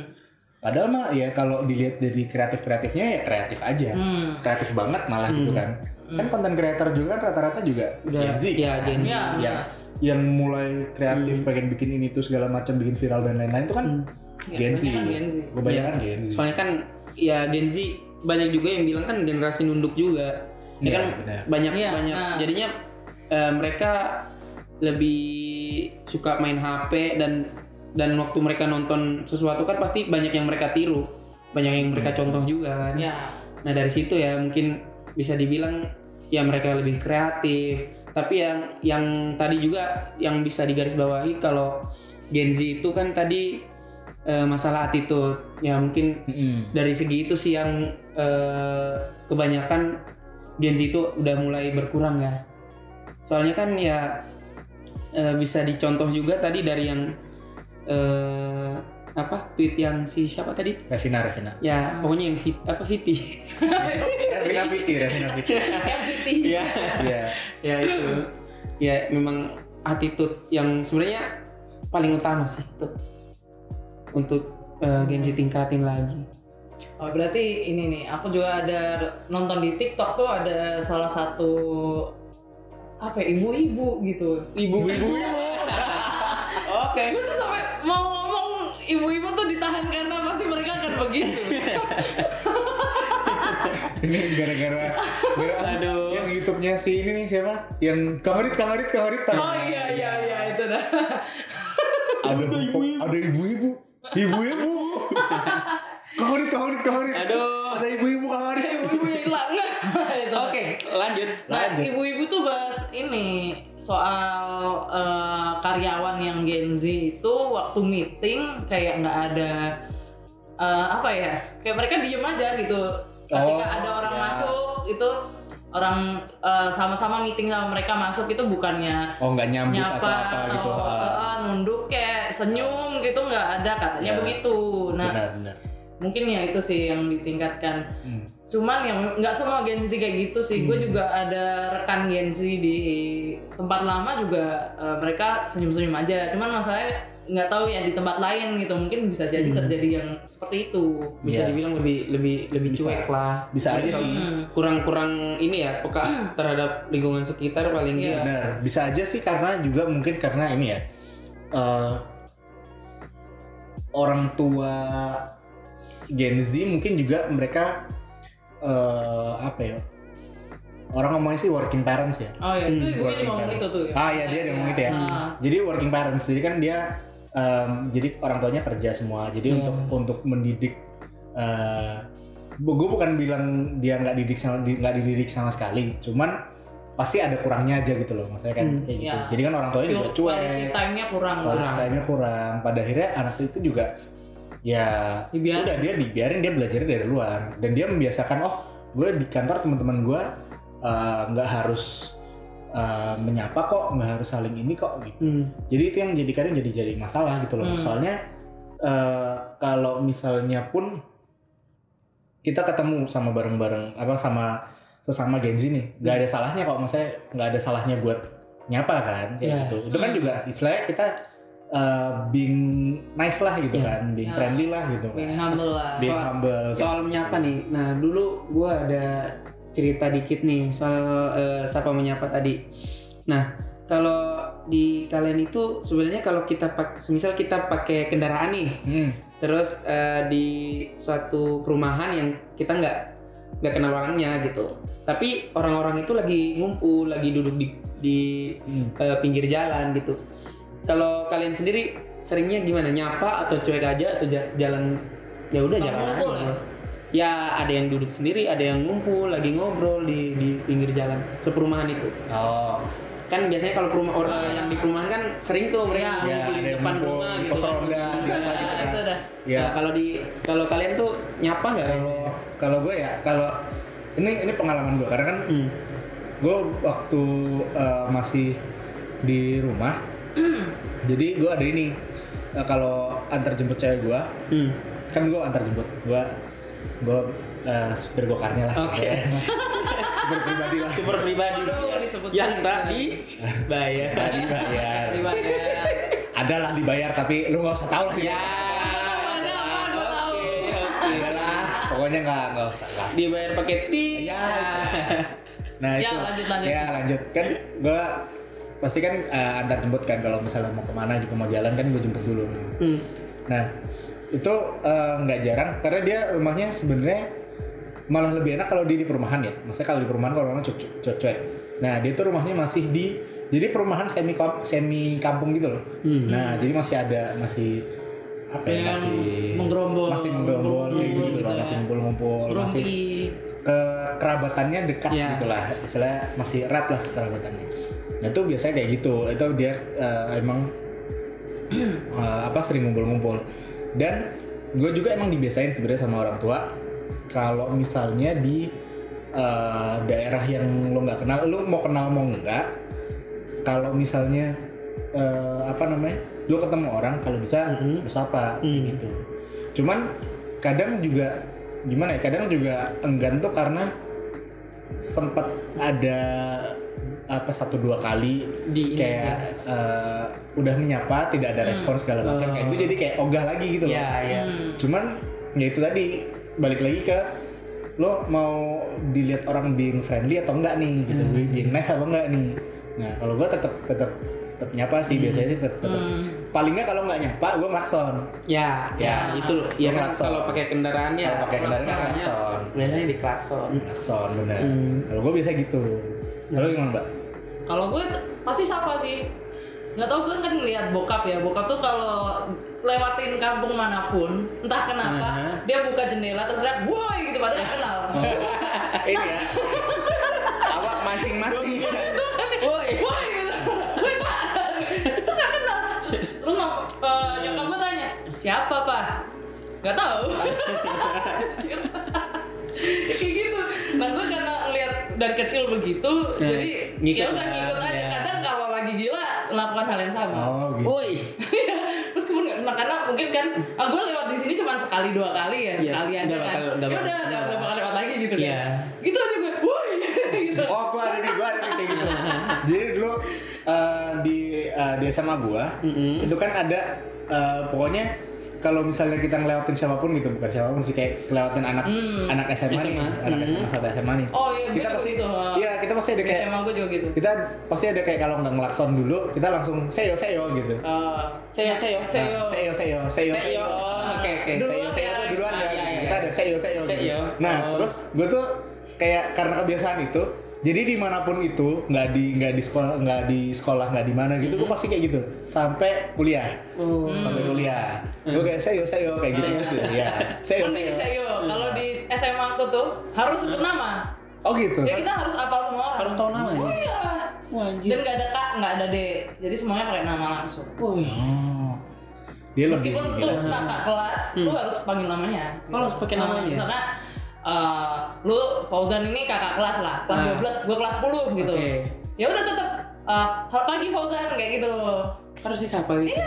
S2: Padahal mah ya kalau dilihat dari kreatif kreatifnya ya kreatif aja.
S1: Hmm.
S2: Kreatif banget malah gitu kan. Kan konten creator juga kan rata-rata juga
S3: Hmm. Udah,
S2: Gen Z.
S3: iya, Hmm.
S2: kan?
S3: Gen Z.
S1: Iya.
S2: Yang yang mulai kreatif pengen bikin ini tuh segala macam bikin viral dan lain-lain itu kan
S3: Hmm. Iya,
S1: Ya,
S2: Gen Z.
S1: kebanyakan Gen Z.
S2: Kebanyakan Gen Z.
S3: soalnya kan ya Gen Z banyak juga yang bilang kan generasi nunduk juga ya
S2: Iya,
S3: kan
S2: benar.
S3: banyak
S1: Iya,
S3: banyak
S1: nah.
S3: jadinya eh, mereka lebih suka main HP dan dan waktu mereka nonton sesuatu kan pasti banyak yang mereka tiru banyak yang
S2: Hmm.
S3: mereka contoh juga kan (laughs)
S1: ya
S3: nah dari situ ya mungkin bisa dibilang ya mereka lebih kreatif tapi yang yang tadi juga yang bisa digarisbawahi kalau Gen Z itu kan tadi eh, masalah attitude ya mungkin
S2: Mm-mm.
S3: dari segi itu sih yang eh, kebanyakan Gen Z itu udah mulai berkurang ya. Soalnya kan ya eh, bisa dicontoh juga tadi dari yang eh, apa tweet yang si siapa tadi?
S2: Revina Revina
S3: Ya pokoknya yang fit apa Fiti.
S2: Revina Fitri Revina
S3: (laughs)
S2: Fitri
S1: yang putih
S3: ya.
S2: Iya
S3: ya itu. (clears throat) ya memang attitude yang sebenarnya paling utama sih itu untuk eh, Gen Z tingkatin lagi.
S1: Oh, berarti ini nih, aku juga ada nonton di TikTok tuh ada salah satu apa ya, ibu-ibu gitu.
S3: Ibu.
S2: (laughs)
S3: Oke.
S1: Gue tuh sampai mau ngomong ibu-ibu tuh ditahan karena pasti mereka akan begitu.
S2: ini gara-gara gara
S3: Aduh.
S2: yang YouTube-nya si ini nih siapa yang Kamarit Kamarit Kamarit
S1: oh iya iya iya itu dah. (laughs)
S2: ada ibu ada ibu-ibu ibu-ibu Kamarit Kamarit Kamarit
S3: Aduh.
S2: ada ibu-ibu Kamarit
S1: ibu-ibu yang hilang. (laughs) Itu dah.
S3: Oke, lanjut.
S1: Nah, ibu-ibu tuh bahas ini soal eh, karyawan yang Gen Z itu waktu meeting kayak nggak ada eh, apa ya, kayak mereka diem aja gitu. Ketika
S2: Oh,
S1: ada orang
S2: ya.
S1: masuk itu orang eh, sama-sama meeting sama mereka masuk itu bukannya
S2: oh nggak nyambut
S1: nyapa
S2: atau apa gitu
S1: atau
S2: Ah,
S1: eh, eh, nunduk kayak senyum gitu nggak ada katanya
S2: Ya.
S1: begitu. Nah,
S2: benar benar
S1: mungkin ya itu sih yang ditingkatkan
S2: Hmm.
S1: cuman yang nggak semua Gen Z kayak gitu sih gue juga ada rekan Gen Z di tempat lama juga eh, mereka senyum-senyum aja cuman masalahnya nggak tahu ya di tempat lain gitu mungkin bisa jadi
S2: Hmm.
S1: terjadi yang seperti itu
S3: Bisa
S2: Iya.
S3: dibilang lebih lebih lebih
S2: Bisa.
S3: cuek lah.
S2: bisa aja Iya sih
S1: Hmm.
S3: Kurang-kurang ini ya peka terhadap lingkungan sekitar paling
S1: Iya.
S3: dia.
S2: Benar, Nah, bisa aja sih karena juga mungkin karena ini ya eh, orang tua Gen Z mungkin juga mereka eh, apa ya orang ngomongnya sih working parents ya.
S1: oh ya itu
S3: Hmm,
S1: ibu gue juga ngomong itu tuh ya.
S2: Ah ya dia
S1: Iya.
S2: ngomong itu ya.
S1: Ah.
S2: Jadi working parents jadi kan dia em, jadi orang tuanya kerja semua. Jadi
S3: Iya.
S2: untuk untuk mendidik gue bukan bilang dia nggak didik sama di- nggak dididik sama sekali. Cuman pasti ada kurangnya aja gitu loh maksudnya kan
S3: Hmm.
S2: kayak gitu.
S1: Iya.
S2: Jadi kan orang tuanya juga cuek.
S1: quality time-nya kurang lah.
S2: Kurang. Time-nya kurang. Pada akhirnya anak itu juga ya
S1: dibiarin
S2: udah dia dibiarin dia belajar dari luar dan dia membiasakan oh gue di kantor teman-teman gue eh, nggak harus eh, menyapa kok nggak harus saling ini kok gitu
S3: Hmm.
S2: jadi itu yang jadi kadang jadi jadi masalah gitu loh
S1: Hmm.
S2: soalnya eh, kalau misalnya pun kita ketemu sama bareng-bareng apa sama sesama Gen Z nih
S3: Hmm.
S2: nggak ada salahnya kalau misalnya nggak ada salahnya buat nyapa kan kayak
S3: Ya.
S2: gitu itu kan
S1: Hmm.
S2: juga istilahnya kita eh, being nice lah gitu
S3: Ya.
S2: kan being
S1: Ya.
S2: friendly lah gitu kan
S1: being humble lah
S2: being
S3: Soal-
S2: humble
S3: Soal menyapa nih. Nah, dulu gua ada cerita dikit nih soal eh, siapa menyapa tadi. Nah, kalau di kalian itu sebenarnya kalau kita pak, semisal kita pakai kendaraan nih,
S2: Hmm.
S3: terus eh, di suatu perumahan yang kita nggak nggak kenal orangnya gitu tapi orang-orang itu lagi ngumpul lagi duduk di di
S2: Hmm.
S3: eh, pinggir jalan gitu kalau kalian sendiri seringnya gimana nyapa atau cuek aja atau ja- jalan ya udah
S1: Kalau
S3: jalan
S1: ngumpul
S3: aja ya ada yang duduk sendiri ada yang ngumpul lagi ngobrol di di pinggir jalan seperumahan itu
S2: oh
S3: kan biasanya kalau perumah orang yang di perumahan kan sering tuh mereka
S2: ya ada
S3: ngumpul di
S2: yang
S3: depan
S2: ngumpul
S3: rumah
S2: di
S3: gitu
S2: pos
S3: kan.
S2: ronda di apa
S1: Ah,
S2: gitu kan
S1: itu dah (clears throat)
S2: ya
S3: Nah, kalau di kalau kalian tuh nyapa nggak?
S2: kalau kalau gue ya kalau ini ini pengalaman gue karena kan
S3: Hmm.
S2: gue waktu eh, masih di rumah jadi gue ada ini eh, kalau antar jemput cewek gue
S3: Hmm.
S2: kan gue antar jemput gue gue eh, supir gokarnya lah
S3: Oke.
S2: (laughs) supir pribadi lah
S3: Super pribadi.
S1: Waduh, disebut
S3: yang
S1: gitu.
S3: tadi bayar.
S2: (laughs) tadi bayar
S1: Dibayar.
S2: ya. ada lah dibayar tapi lu nggak usah tahu lah
S3: ya.
S1: Ada apa? Gua tahu.
S3: Oke,
S2: Ada
S3: oke.
S2: lah pokoknya nggak nggak usah nggak usah.
S3: Dibayar pakai ti.
S2: Ya. nah
S1: Ya,
S2: itu
S1: lanjut, lanjut.
S2: ya lanjut kan gue pasti kan eh, antar jemput kan kalau misalnya mau kemana juga mau jalan kan gue jemput dulu
S3: Hmm.
S2: Nah, itu eh, nggak jarang karena dia rumahnya sebenarnya malah lebih enak kalau dia di perumahan ya. Maksudnya kalau di perumahan kalau orang cuek-cuek. Nah, dia tuh rumahnya masih di jadi perumahan semi kom- semi kampung gitu loh.
S3: Hmm.
S2: Nah, jadi masih ada masih apa ya,
S1: Yang
S2: masih
S1: menggerombol.
S2: masih menggerombol kayak gitu,
S1: Gitu
S2: loh,
S1: ya.
S2: masih ngumpul-ngumpul, masih
S1: Rumpi.
S2: kekerabatannya eh, dekat
S3: Iya.
S2: gitu lah istilah masih erat lah kekerabatannya nah itu biasanya kayak gitu itu dia eh, emang (clears throat) eh, apa sering ngumpul-ngumpul dan gue juga emang dibiasain sebenarnya sama orang tua kalau misalnya di eh, daerah yang lo nggak kenal, lo mau kenal mau nggak, kalau misalnya eh, apa namanya, lo ketemu orang kalau bisa lo sapa
S3: Hmm.
S2: gitu. Cuman kadang juga gimana ya, kadang juga enggan tuh karena sempet ada apa satu dua kali
S3: di ini ya.
S2: kayak eh, udah menyapa tidak ada respon segala macam kayak itu jadi kayak ogah lagi gitu
S3: ya.
S2: loh
S3: Oh. ya ya
S1: Hmm.
S2: cuman ya itu tadi balik lagi ke lo mau dilihat orang being friendly atau enggak nih gitu
S3: Hmm.
S2: being nice atau enggak nih nah kalau gua tetap tetap tetap nyapa sih biasanya sih tetap tetap
S1: Hmm.
S2: paling nggak kalau nggak nyapa gua ngelakson
S3: ya
S2: Ya.
S3: ya itu ya kan
S2: Klakson.
S3: kalau pakai kendaraan
S2: Iya,
S3: ya
S2: kalau iya. pakai kendaraan
S3: klakson.
S2: ngelakson
S3: biasanya di klakson
S2: ngelakson benar
S3: Hmm.
S2: kalau gua biasa gitu kalau gimana mbak
S1: Kalau gue t- pasti sapa sih. Nggak tahu gue kan lihat bokap ya. Bokap tuh kalau lewatin kampung manapun, entah kenapa
S3: Aha. Oh.
S1: dia buka jendela terus teriak, "Woi!" gitu padahal kenal.
S2: (laughs) ini ya awak mancing mancing
S3: woi
S1: Woi gitu. Woi, Pak. Itu nggak kenal. Terus, terus mam- eh, nyokap gue tanya, "Siapa, Pak?" Nggak tahu. (laughs) Kayak gitu. Nah, gue karena lihat dari kecil begitu, jadi
S3: Nah, ngikut
S1: ya udah
S3: lah,
S1: ngikut aja.
S3: ya.
S1: Kadang kalau lagi gila melakukan hal yang sama.
S2: oh gitu
S3: woi
S1: Iya, terus kemudian nah, karena mungkin kan ah, gue lewat di sini cuma sekali dua kali ya
S3: Iya,
S1: sekali aja
S3: nggak
S1: kan
S3: bakal- nggak
S1: ya
S3: bakal-
S1: udah nggak
S3: nggak
S1: nggak bakal
S3: bakal.
S1: lewat lagi gitu
S3: Iya.
S1: kan gitu aja gue woi (laughs) gitu
S2: Oh, gua ada di gua ada di kayak gitu. Jadi dulu eh, di eh, di SMA gua
S3: Mm-mm.
S2: itu kan ada eh, pokoknya kalau misalnya kita ngelewatin siapapun gitu bukan siapapun sih kayak kelewatan anak
S1: Hmm.
S2: anak SMA, nih,
S3: SMA.
S2: anak SMA satu SMA nih.
S1: oh iya
S2: kita pasti
S1: gitu
S2: Iya, kita pasti ada kayak
S1: SMA gue juga gitu
S2: kita pasti ada kayak kalau nggak ngelakson dulu kita langsung seyo seyo gitu.
S1: Eh,
S3: saya saya
S1: Seyo.
S2: Nah, seyo seyo seyo
S3: saya
S2: seyo.
S3: oh oke oke
S2: Dulu
S1: Seyo,
S2: seyo
S1: ya.
S2: tuh duluan
S3: Ah,
S2: ya.
S3: iya, iya.
S2: Kita ada seyo seyo. gitu.
S3: Seyo.
S2: Nah,
S3: Oh.
S2: terus gue tuh kayak karena kebiasaan itu, jadi dimanapun itu nggak di nggak di sekolah nggak di sekolah nggak di mana gitu, gue pasti kayak gitu sampai kuliah.
S3: Oh.
S2: Sampai kuliah, gue kayak seyo seyo kayak gitu, ya seyo
S1: Unik
S2: seyo.
S1: saya
S3: iya.
S1: kalau di SMA aku tuh harus sebut nama
S2: Oh gitu.
S1: ya kita harus apal semua orang
S3: harus tahu nama
S1: oh
S3: ya
S1: iya
S3: wah
S1: dan
S3: anjir
S1: nggak ada kak nggak ada dek jadi semuanya pakai nama langsung
S3: woi
S2: Oh, dia lebih
S1: meskipun tuh
S2: gila.
S1: kakak kelas lu harus panggil namanya
S3: Iya. Hmm. Oh, harus pakai
S1: Nah,
S3: namanya?
S1: misalkan eh, lu Fauzan ini kakak kelas lah
S3: Ah.
S1: kelas 12 gue kelas 10 gitu
S3: Oke.
S1: ya udah tetep eh, "Hal- pagi Fauzan kayak gitu
S3: harus disapa gitu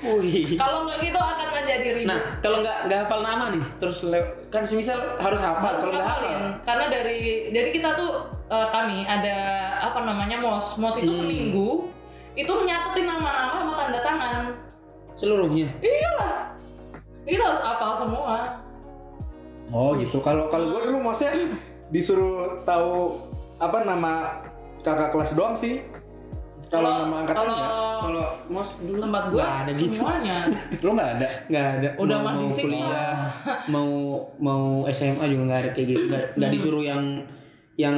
S3: woi
S1: kalau nggak gitu akan menjadi ribut
S3: Nah, kalau nggak nggak hafal nama nih, terus lew- kan semisal harus hafal,
S1: Harus
S3: kalau nggak hafal. ya?
S1: ngapalin. karena dari dari kita tuh eh, kami ada apa namanya mos mos itu
S3: Hmm.
S1: seminggu itu menyatetin nama-nama sama tanda tangan
S3: Seluruhnya.
S1: iyalah kita harus apal semua
S2: Oh gitu. Kalau kalau gue dulu maksudnya disuruh tahu apa nama kakak kelas doang sih. Kalau nama angkatan ya?
S1: kalau
S2: nggak?
S3: Kalau mos dulu
S1: tempat gue
S3: nggak ada gitu.
S1: semuanya
S3: (laughs)
S2: lu nggak ada.
S3: Nggak ada.
S1: Udah
S3: mau,
S1: mah
S3: mau
S1: disiksa.
S3: kuliah, mau mau SMA juga nggak ada kayak gitu. Nggak,
S2: Hmm.
S3: nggak disuruh yang yang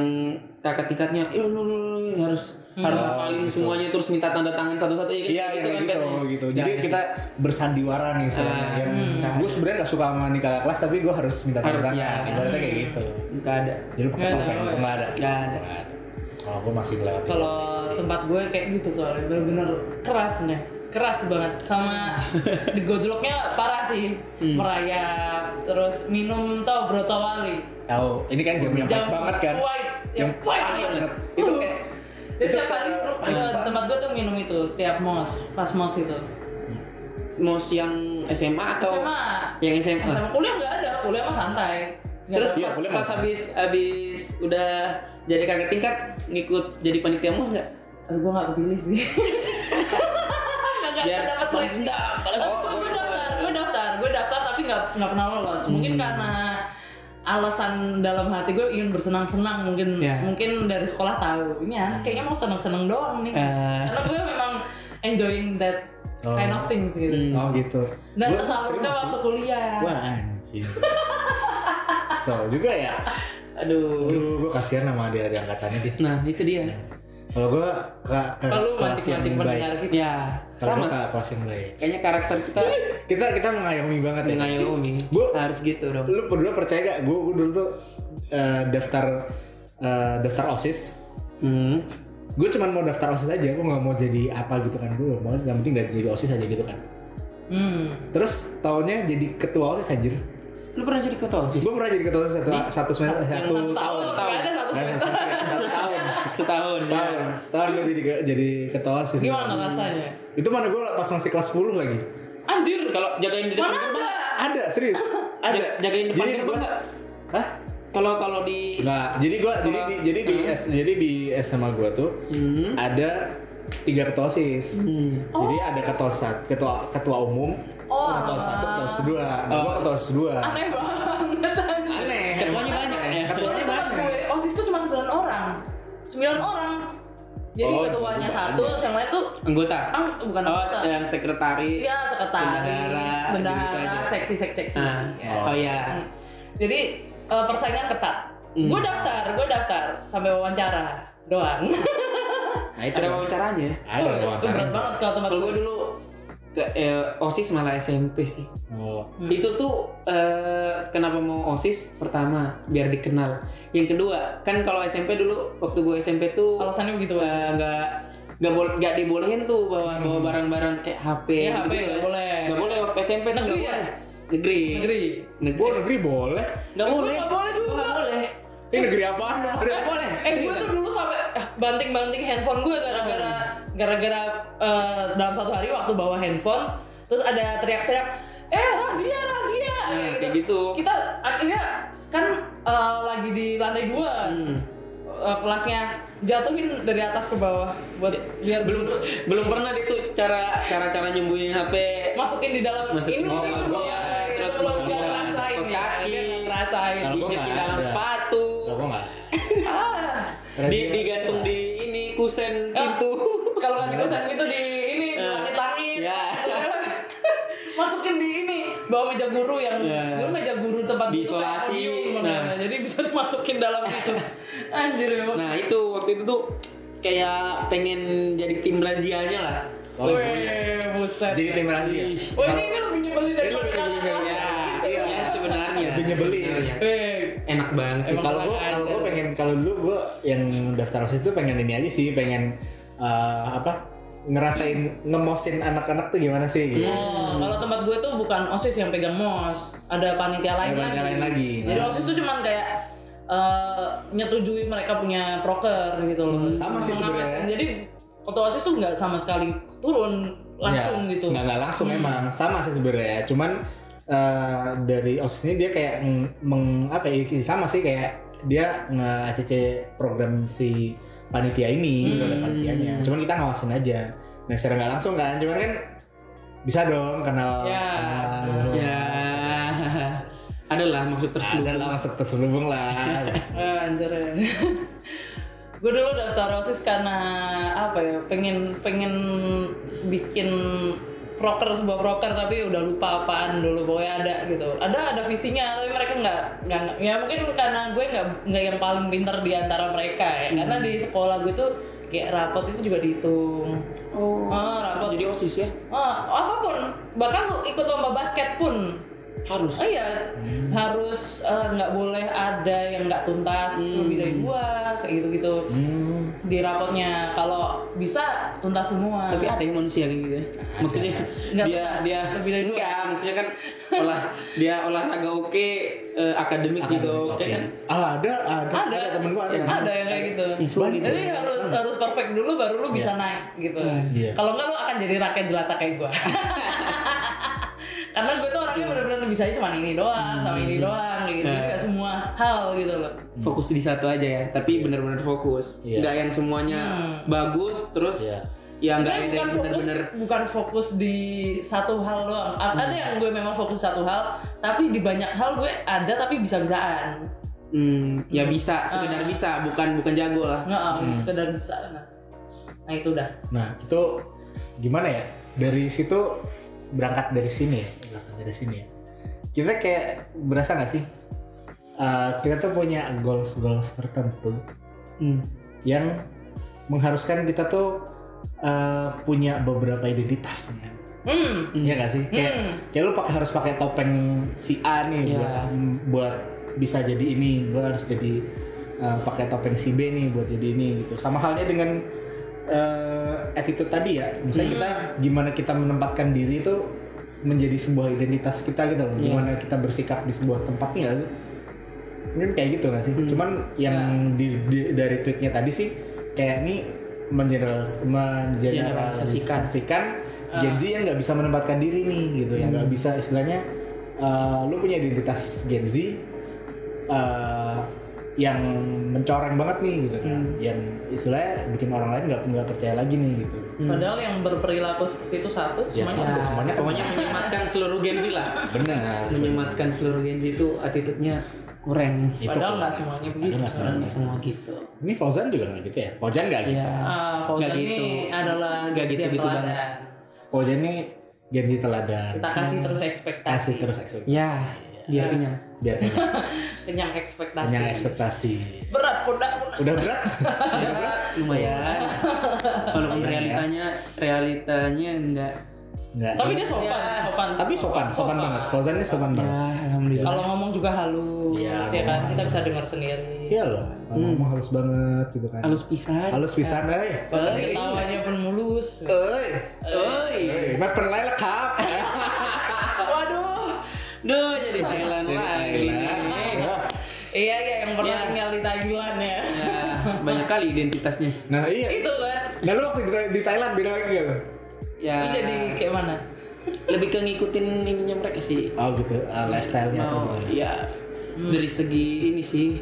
S3: kakak tingkatnya, "Eh, lu, lu, lu, lu, harus harus
S2: Oh,
S3: hafalin
S2: gitu.
S3: semuanya terus minta tanda tangan satu-satu ya
S2: Iya
S3: kan?
S2: iya kayak gitu
S3: biasanya.
S2: gitu. Jadi
S3: Nggak ada
S2: kita bersandiwara nih istilahnya.
S3: Ah,
S2: yang
S3: nggak
S2: gue
S3: ada.
S2: sebenarnya nggak suka sama nih kakak kelas tapi gue hmm, iya. harus minta tanda
S3: Harus,
S2: tangan.
S3: iya.
S2: Ibaratnya kayak gitu.
S3: sih. nggak ada.
S2: Jadi lu pakai
S1: Nggak ada,
S2: topeng
S1: nggak
S2: itu nggak ada.
S3: Nggak ada.
S2: Nggak ada. Oh gue masih lewat.
S1: kalau tempat gue kayak gitu soalnya bener-bener keras nih keras banget
S2: (laughs)
S1: sama digojloknya parah sih
S2: Hmm.
S1: merayap terus minum tau brotowali
S2: Oh ini kan jam yang pahit
S1: Jam
S2: banget kan.
S1: white, yang
S2: Yang
S1: pahit
S2: pahit
S1: banget.
S2: banget. Itu kayak
S1: jadi setiap
S2: kayak
S1: kali
S2: pahit
S1: eh,
S2: banget.
S1: tempat gue tuh minum itu setiap mos pas mos itu
S3: Mos yang SMA atau
S1: SMA
S3: yang SMA?
S1: SMA kuliah nggak ada kuliah mah santai Nggak
S3: Terus
S1: ada.
S2: Iya,
S3: pas,
S2: boleh
S3: pas
S2: nggak?
S3: habis habis udah jadi kakak tingkat ngikut jadi panitia mus nggak?
S1: aduh gue nggak kepilih
S2: (laughs)
S1: sih nggak
S3: Biar
S1: dapat
S3: balas dendam,
S2: Oh,
S3: balas dendam.
S1: gue daftar, gue daftar, gue daftar tapi nggak nggak pernah lolos.
S2: Hmm.
S1: Mungkin karena alasan dalam hati gue ingin bersenang-senang mungkin
S3: Ya.
S1: mungkin dari sekolah tahu ini ya kayaknya mau senang-senang doang nih
S2: Iya.
S3: Eh.
S1: karena gue memang enjoying that
S2: Oh.
S1: kind of things gitu
S3: Hmm.
S2: Oh gitu.
S1: dan
S2: Gua
S1: tersalurkan
S2: terima sih.
S1: waktu kuliah
S2: Wah anjir. Kesel juga ya.
S3: Aduh.
S2: Aduh, gue kasihan sama adik-adik angkatannya dia.
S3: Nah itu dia.
S2: Kalau gue ke, ke
S1: kalau lu
S2: kelas yang
S1: mancing-mancing
S2: baik. Iya.
S1: pendengar gitu
S3: Ya
S2: Kalau gue
S3: sama.
S2: ke kelas yang baik.
S3: Kayaknya karakter kita
S2: Kita kita mengayomi banget ya.
S3: mengayomi.
S2: Gua-
S3: Harus gitu dong.
S2: Lu berdua percaya gak? Gue dulu tuh eh, daftar eh, daftar osis.
S3: Hmm.
S2: Gue cuman mau daftar osis aja. Gue nggak mau jadi apa gitu kan. Gue mau yang penting dari jadi osis aja gitu kan.
S1: hmm.
S2: Terus taunya jadi ketua osis anjir.
S3: Lu pernah jadi ketua OSIS?
S2: Gue pernah jadi ketua OSIS satu, satu semester,
S1: Yang
S2: (laughs) satu,
S1: satu tahun,
S2: tahun.
S1: nggak ada satu
S2: Nggak ada
S1: semester.
S2: satu tahun.
S3: Setahun.
S2: Setahun. Setahun gue jadi ke- jadi ketua OSIS. gitu.
S1: Gimana rasanya?
S2: Itu mana gue pas masih kelas 10 lagi.
S1: Anjir,
S3: Kalau jagain di depan
S1: mana
S3: gerbang,
S1: ada?
S2: Ada,
S3: (laughs)
S2: serius. Ada.
S3: jaga- jagain depan
S2: Jadi
S3: gerbang
S2: gua-
S3: nggak?
S2: Hah?
S3: Kalau kalau di
S2: Enggak. Jadi gua jadi di, jadi di S- jadi di SMA gua tuh
S3: Hmm.
S2: ada tiga ketua OSIS.
S3: Hmm.
S2: Jadi ada ketua sat, ketua ketua umum,
S1: Oh.
S2: ketua satu, ketua dua. Nah, gua ketua dua.
S1: Aneh banget. anjir.
S2: Aneh.
S3: Ketuanya banyak ya.
S1: Kalau di
S2: Ketuanya
S1: tempat
S2: banyak.
S1: gue, OSIS tuh cuma 9 orang. 9 orang. Jadi
S2: Oh,
S1: ketuanya
S2: itu
S1: satu,
S2: banyak.
S1: terus yang lain tuh
S3: anggota.
S1: Ah, bukan
S3: oh,
S1: anggota.
S3: yang sekretaris.
S1: ya
S3: Bendahara,
S1: sekretaris,
S3: gitu-gitu
S1: bendahara,
S3: aja.
S1: seksi, seksi, seksi.
S3: Ah,
S2: Ya.
S3: Oh ya.
S1: Hmm. Jadi eh, persaingan ketat.
S3: Hmm.
S1: Gue daftar, gue daftar sampai wawancara doang.
S2: Nah, itu
S3: Ada
S2: ada
S3: wawancaranya.
S2: ada
S1: Oh, Itu berat
S2: wawancara.
S1: banget kalau tempat
S3: Kalau
S1: gue.
S3: gue dulu ke eh, OSIS malah SMP sih.
S2: Oh.
S1: Hmm.
S3: Itu tuh eh, kenapa mau OSIS pertama biar dikenal. Yang kedua, kan kalau SMP dulu waktu gue SMP tuh
S1: Alasannya begitu banget.
S3: eh, nggak nggak boleh nggak dibolehin tuh bawa bawa
S1: Hmm.
S3: barang-barang kayak HP
S1: Ya, HP
S3: gitu-gitu
S1: nggak
S3: kan.
S1: boleh.
S3: Nggak boleh waktu SMP tuh
S1: Negeri
S3: nggak
S1: ya?
S3: boleh. Negeri.
S1: Negeri.
S2: Gua
S3: Negeri.
S2: negeri boleh.
S3: Nggak
S1: Eh, gua
S3: boleh.
S1: nggak boleh juga.
S3: Gua nggak boleh.
S2: Ini negeri apaan? Ada-
S3: Nggak boleh.
S1: Eh gue tuh dulu sampai ah, banting-banting handphone gue gara-gara
S3: Ah.
S1: gara-gara eh, dalam satu hari waktu bawa handphone terus ada teriak-teriak eh razia razia
S3: Nah,
S1: kayak
S3: kayak gitu.
S1: Kita akhirnya kan eh, lagi di lantai dua
S3: Hmm.
S1: eh, kelasnya jatuhin dari atas ke bawah buat biar
S3: Ya, belum belum pernah itu cara cara cara nyembunyiin HP
S1: masukin di dalam
S3: Masukin
S1: ini
S3: ke
S1: ini,
S3: bawah, Iya,
S1: ya,
S3: terus
S1: lo
S3: masukin
S1: nggak
S3: ke dalam
S1: ngerasain
S3: kaos
S1: ya,
S3: kaki.
S1: dia nggak ngerasain
S2: Kalau gua
S3: diinjekin
S2: nggak
S3: dalam
S2: ada.
S3: sepatu
S2: Lah, gua nggak.
S1: Ah.
S3: di, digantung di ini kusen pintu
S1: kalau nggak dikosan itu di ini di langit-langit
S3: ya
S1: (laughs) masukin di ini bawa meja guru yang
S3: Ya.
S1: dulu meja guru tempat guru
S3: Di
S1: tuh kayak
S3: isolasi,
S1: audium
S3: nah.
S1: namanya. jadi bisa dimasukin dalam situ anjir ya
S3: nah itu waktu itu tuh kayak pengen jadi tim razianya lah
S2: Oh,
S1: Weh,
S2: iya.
S1: buset
S2: Jadi ya. tim rahasia.
S3: Ih.
S1: Wah ini kan lebih nyebelin dari
S2: Ini lebih
S1: kakak
S2: nyebelin,
S1: kelas.
S3: ya
S1: Gitu.
S3: iya sebenarnya
S2: Lebih nyebelin.
S3: sebenarnya.
S1: Weh,
S3: enak banget sih
S1: Emang
S2: kalau gue
S1: kurang
S2: kalau
S1: ajar.
S2: gue pengen kalau dulu gue yang daftar osis itu pengen ini aja sih pengen eh, apa ngerasain ngemosin anak-anak tuh gimana sih gitu.
S1: Oh, kalau tempat gue tuh bukan osis yang pegang mos, ada panitia lain,
S2: Ada panitia lain lagi.
S1: Jadi
S2: Nah.
S1: osis tuh cuman kayak eh, nyetujui mereka punya proker gitu loh.
S2: Hmm, Sama sih
S1: Pengawasan.
S2: sebenarnya.
S1: Jadi ketua osis tuh nggak sama sekali turun langsung
S2: Ya,
S1: gitu.
S2: nggak nggak langsung emang sama sih sebenarnya cuman eh, dari osis ini dia kayak ng- meng, apa ya sama sih kayak dia nge ACC program si panitia ini
S1: Hmm.
S2: gitu, ada panitianya cuman kita ngawasin aja nah secara nggak langsung kan cuman kan bisa dong kenal
S1: Ya.
S2: sama
S3: ya adalah maksud terselubung
S2: ada lah masuk terselubung lah
S1: (laughs) Eh, anjir (laughs) ya. gue dulu daftar osis karena apa ya pengen pengen bikin proker sebuah proker tapi udah lupa apaan dulu pokoknya ada gitu ada ada visinya tapi mereka nggak nggak nggak- ya mungkin karena gue nggak nggak yang paling pinter di antara mereka ya karena di sekolah gue tuh kayak rapot itu juga dihitung
S3: oh
S1: Ah, rapot.
S3: jadi osis ya
S1: Ah, apapun bahkan lu ikut lomba basket pun
S3: harus
S1: Oh iya, harus eh, nggak boleh ada yang nggak tuntas lebih dari dua kayak gitu-gitu
S2: hmm.
S1: di rapotnya. Kalau bisa tuntas semua.
S3: tapi ada yang manusia kayak gitu ya maksudnya
S1: Nggak
S3: dia
S1: tuntas.
S3: dia
S1: Lebih dari dua.
S3: enggak maksudnya kan olah dia olahraga oke eh, akademik juga oke kan
S2: Ah, ada, ada,
S1: Ada.
S2: ada, temen gua ada.
S1: ada yang kayak gitu.
S3: ya semua gitu
S1: Jadi harus harus perfect dulu baru lu bisa naik gitu.
S2: Iya.
S1: Kalau nggak lu akan jadi rakyat jelata kayak gua. Karena gue tuh orangnya bener-bener bisa aja cuma ini doang, sama ini doang, kayak gitu. Jadi nggak semua hal gitu loh.
S3: fokus di satu aja ya tapi
S1: Iya.
S3: benar-benar fokus
S2: Iya.
S3: enggak yang semuanya
S1: Hmm.
S3: bagus terus
S2: Iya.
S3: ya
S1: Sebenarnya
S3: enggak ada yang
S1: bukan fokus
S3: benar-benar
S1: bukan fokus di satu hal doang A- ada yang gue memang fokus satu hal tapi di banyak hal gue ada tapi bisa-bisaan
S3: hmm, ya bisa
S1: Ah.
S3: sekedar bisa bukan bukan jago lah
S1: nggak
S2: Hmm.
S1: sekedar bisa nah. nah itu udah
S2: Nah, itu gimana ya? Dari situ berangkat dari sini ya, berangkat dari sini ya. Kita kayak berasa nggak sih? Eh, kita tuh punya goals goals tertentu
S3: Hmm.
S2: yang mengharuskan kita tuh eh, punya beberapa identitas kan?
S1: hmm
S2: Iya nggak sih? Kayak
S1: Hmm.
S2: kayak lu pakai harus pakai topeng si A nih
S3: Iya.
S2: buat buat bisa jadi ini, gua harus jadi uh, pakai topeng si B nih buat jadi ini gitu. Sama halnya dengan eh, uh, attitude tadi ya. Misalnya kita gimana kita menempatkan diri itu menjadi sebuah identitas kita gitu loh. Gimana kita bersikap di sebuah tempat nih nggak sih? Mungkin kayak gitu nggak sih? Cuman yang di- di- dari tweetnya tadi sih kayak ini mengeneralis-
S3: Generalisasikan.
S2: mengeneralisasikan Gen Z yang nggak bisa menempatkan diri nih gitu,
S1: Hmm.
S2: yang nggak bisa istilahnya eh, lu punya identitas Gen Z eh, yang mencoreng banget nih gitu kan,
S1: Hmm.
S2: yang istilahnya bikin orang lain nggak nggak percaya lagi nih gitu.
S1: Padahal yang berperilaku seperti itu satu,
S2: Ya,
S1: semuanya
S2: satu, semuanya kan
S3: pokoknya menyematkan seluruh Gen Z lah
S2: benar.
S3: menyematkan seluruh Gen Z itu attitude-nya kurang
S2: Itu
S1: Padahal
S2: kok.
S1: nggak semuanya begitu. Hmm.
S2: Padahal nggak semuanya.
S3: Nggak semua gitu
S2: Ini Fauzan juga nggak gitu ya? Fauzan nggak gitu.
S3: ya
S1: Ah,
S3: Nggak
S1: Fauzan
S3: gitu.
S1: ini adalah
S3: Nggak
S1: Gen Z
S3: gitu
S1: yang
S3: gitu
S1: teladan.
S3: banget.
S2: Fauzan ini Gen Z teladan.
S1: Kita kasih Iya. terus
S2: Hmm. Kasih
S1: ekspektasi.
S2: terus ekspektasi.
S3: ya biar
S2: (laughs)
S3: kenyang
S2: Biar
S1: (laughs)
S2: kenyang-
S1: Kenyang ekspektasi.
S2: kenyang ekspektasi.
S1: Berat pundak pundak.
S2: Udah
S1: (laughs)
S2: berat?
S3: ya lumayan walaupun
S2: Lumayan ya.
S3: realitanya realitanya enggak
S2: Nggak.
S1: Tapi dia sopan,
S3: Ya.
S1: sopan. Iya.
S2: Tapi sopan, sopan banget. Fauzan ini sopan banget.
S3: ya alhamdulillah
S1: Kalau ngomong juga halus
S2: Iya,
S1: ya kan, kita bisa dengar sendiri.
S2: Iya loh.
S1: Hmm.
S2: Ngomong halus banget gitu kan.
S3: halus pisan
S2: Halus pisan, eh.
S1: Padahal Tawanya pun mulus.
S2: Oi.
S3: oi
S2: Oi, maper lain lekap.
S1: Waduh.
S3: duh jadi Thailand lagi nih.
S1: Iya iya yang pernah
S3: Iya.
S1: tinggal di Thailand ya. (laughs)
S3: ya banyak kali identitasnya
S2: Nah iya.
S1: Itu kan.
S2: Nah lu waktu di- di Thailand beda lagi nggak lo?
S1: Lu
S2: Nah.
S3: ya
S1: jadi kayak mana?
S3: lebih ke ngikutin ininya mereka sih
S2: Oh gitu, Ah, lifestyle-nya atau
S3: mau
S2: gimana?
S3: ya
S2: Hmm.
S3: dari segi ini sih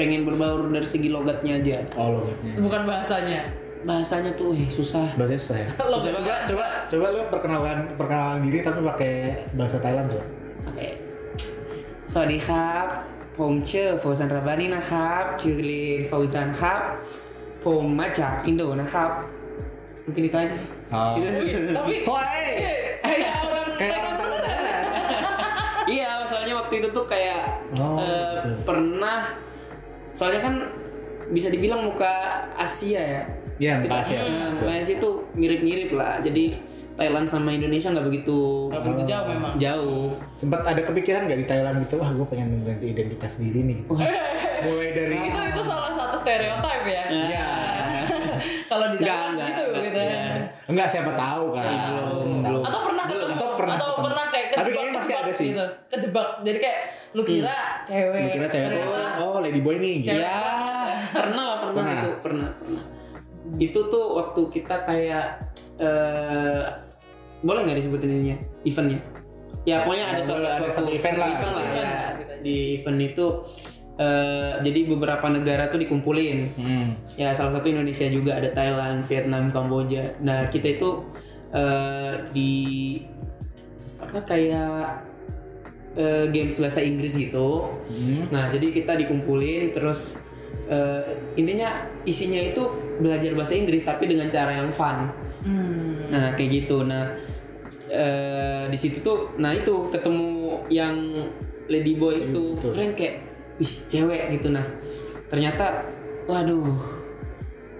S3: pengen berbaur dari segi logatnya aja
S2: Oh logatnya.
S1: Bukan bahasanya.
S3: bahasanya tuh eh susah
S2: Bahasanya susah ya?
S1: Lo
S3: susah
S2: Coba,
S3: banget
S2: coba, coba lu perkenalan perkenalan diri tapi pakai bahasa Thailand coba.
S3: oke สวัสดีครับผมชื่อโฟซันราบานีนะครับชื่อเลนโฟซันครับผมมาจากอินโดนะครับ nah, mungkin itu aja sih
S2: Oh.
S1: Tapi
S2: Woi.
S1: kayak orang
S2: Oh, eh. Kayak
S1: Thailand
S2: orang Thailand.
S1: beneran.
S3: (laughs) Iya, soalnya waktu itu tuh kayak
S2: Oh,
S3: eh,
S2: gitu.
S3: pernah soalnya kan bisa dibilang muka Asia ya.
S2: Ya, makasih ya.
S3: Nah, muka Asia tuh mirip-mirip lah. Jadi Thailand sama Indonesia nggak begitu
S1: Gak begitu jauh memang.
S3: jauh.
S2: Sempat ada kepikiran nggak di Thailand gitu, wah gue pengen mengganti identitas diri nih. gitu. Mulai dari
S1: Itu itu salah satu stereotip ya.
S3: Nah,
S2: Ya.
S1: (laughs) Kalau di
S3: Enggak,
S1: Thailand
S3: enggak,
S1: gitu
S3: enggak,
S1: gitu.
S3: enggak.
S2: Enggak siapa tahu
S3: Iya,
S2: kan. Siapa tahu.
S1: Atau pernah ketemu
S2: iya. Atau pernah ketemu.
S1: kayak
S2: Tapi
S1: kejebak,
S2: kayaknya masih
S1: kejebak
S2: ada sih. Hmm.
S1: Gitu. Kejebak. Jadi kayak lu kira cewek.
S2: Lu kira cewek tuh,
S1: ternyata
S2: oh lady boy nih gitu.
S3: Ya, pernah lah pernah,
S2: Pernah.
S3: itu pernah pernah. Itu tuh waktu kita kayak eh boleh nggak disebutin ininya eventnya? Ya pokoknya ada
S2: Ya,
S3: suatu,
S2: boleh, ada
S3: suatu-
S2: satu event lah.
S3: event
S1: Event.
S3: ya. Di event itu eh jadi beberapa negara tuh dikumpulin.
S2: Hmm.
S3: Ya salah satu Indonesia juga ada Thailand, Vietnam, Kamboja. Nah kita itu eh di apa kayak eh, games bahasa Inggris gitu.
S2: Hmm.
S3: Nah, jadi kita dikumpulin terus eh, intinya isinya itu belajar bahasa Inggris tapi dengan cara yang fun.
S1: Hmm.
S3: Nah, kayak gitu. Nah, eh, di situ tuh nah itu ketemu yang ladyboy itu
S2: Iya, Betul.
S3: keren kayak wih, cewek gitu nah. Ternyata waduh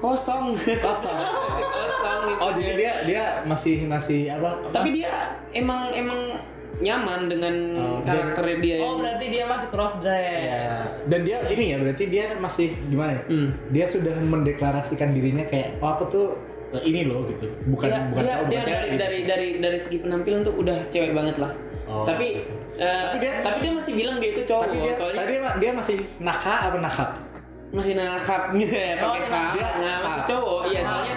S3: kosong (laughs) gitu.
S2: Kosong.
S3: kosong gitu.
S2: Oh jadi dia dia masih masih apa?
S3: tapi dia emang emang nyaman dengan
S2: Oh, dia-
S3: karakter dia
S1: Oh
S3: yang-
S1: berarti dia masih cross
S2: Ya.
S1: dress.
S2: Dan dia ini ya berarti dia masih gimana ya?
S3: Hmm.
S2: Dia sudah mendeklarasikan dirinya kayak oh aku tuh eh, ini loh gitu. Bukan
S3: Iya,
S2: bukan
S3: dia,
S2: cowok,
S3: dia
S2: bukan cewek.
S3: dari,
S2: gitu.
S3: dari dari dari segi penampilan tuh udah cewek banget lah.
S2: Oh,
S3: tapi
S2: gitu.
S3: eh,
S2: Tapi
S3: tapi,
S2: dia-
S3: dia, masih bilang dia itu cowok
S2: Tapi dia
S3: soalnya
S2: tadi ma- dia masih naka apa nakap?
S3: masih (laughs) nakapnya ya pakai
S1: Oh,
S3: kap.
S2: dia
S3: Nah,
S2: nakap.
S3: masih cowok. Iya, soalnya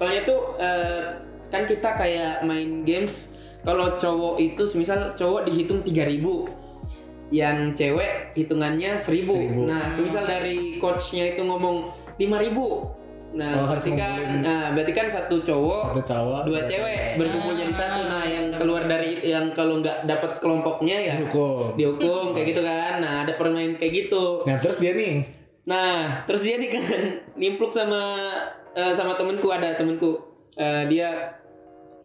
S3: soalnya tuh eh, kan kita kayak main games kalau cowok itu semisal cowok dihitung 3000 yang cewek hitungannya 1000.
S2: 1000.
S3: Nah, semisal dari coachnya itu ngomong 5000. Nah,
S2: Oh, harus
S3: berarti kan
S2: ngumpulin.
S3: nah, berarti kan satu cowok
S2: Satu cowok,
S3: dua cewek berkumpul jadi satu nah yang keluar dari yang kalau nggak dapat kelompoknya ya
S2: Dihukum.
S3: dihukum kayak gitu kan nah ada permain kayak gitu
S2: Nah terus dia nih
S3: nah terus dia nih kan (laughs) nimpluk sama eh, sama temenku ada temenku Eh, dia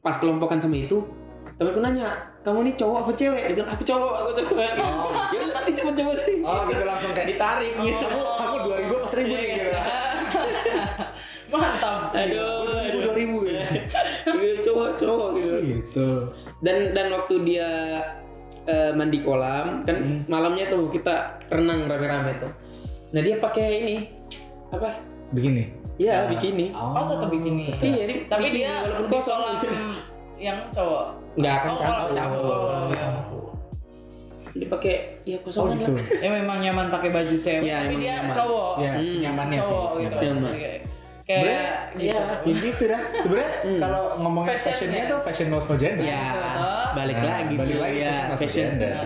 S3: pas kelompokan sama itu temenku nanya kamu ini cowok apa cewek dia bilang aku cowok aku cowok
S1: Oh.
S3: (laughs) ya udah tadi cuma cowok tadi.
S2: Oh gitu langsung kayak
S3: ditarik gitu
S2: kamu kamu dua ribu apa seribu nih gitu.
S1: (laughs) Mantap.
S3: (laughs) aduh
S2: Seribu
S3: aduh
S2: dua ribu gitu.
S3: Dia cowok cowok gitu
S2: Gitu.
S3: dan dan waktu dia eh, mandi kolam kan
S1: Hmm.
S3: malamnya tuh kita renang rame-rame tuh nah dia pakai ini apa
S2: Begini.
S1: Ah.
S3: ya bikini
S1: Oh tetap begini.
S3: iya dia
S1: Tapi
S3: bikini
S1: dia
S3: walaupun
S1: di
S3: kosong
S1: kolam yang cowok.
S3: nggak akan
S1: Oh,
S3: cangkau
S1: oh,
S3: cangkau
S1: oh, iya.
S3: dipakai ya
S2: Oh
S3: kosongan
S2: gitu.
S3: lah
S1: ya memang nyaman pakai baju cewek
S3: Iya,
S1: tapi
S3: emang
S1: dia
S3: nyaman.
S1: cowok
S2: Ya,
S3: Hmm.
S2: senyamannya sih.
S1: cowok gitu
S2: senyaman.
S3: Nyaman.
S1: Kayak-
S2: Sebenarnya,
S1: kayak ya
S2: Ya gitu dah. Sebenarnya kalau ngomongin
S1: Fashionnya.
S2: fashionnya tuh fashion knows no gender.
S3: ya
S1: Oh.
S3: balik
S2: Nah,
S3: lagi
S2: balik
S3: tuh,
S2: lagi
S3: ya
S2: fashion masuk
S3: fashion
S2: gender.
S1: Iya,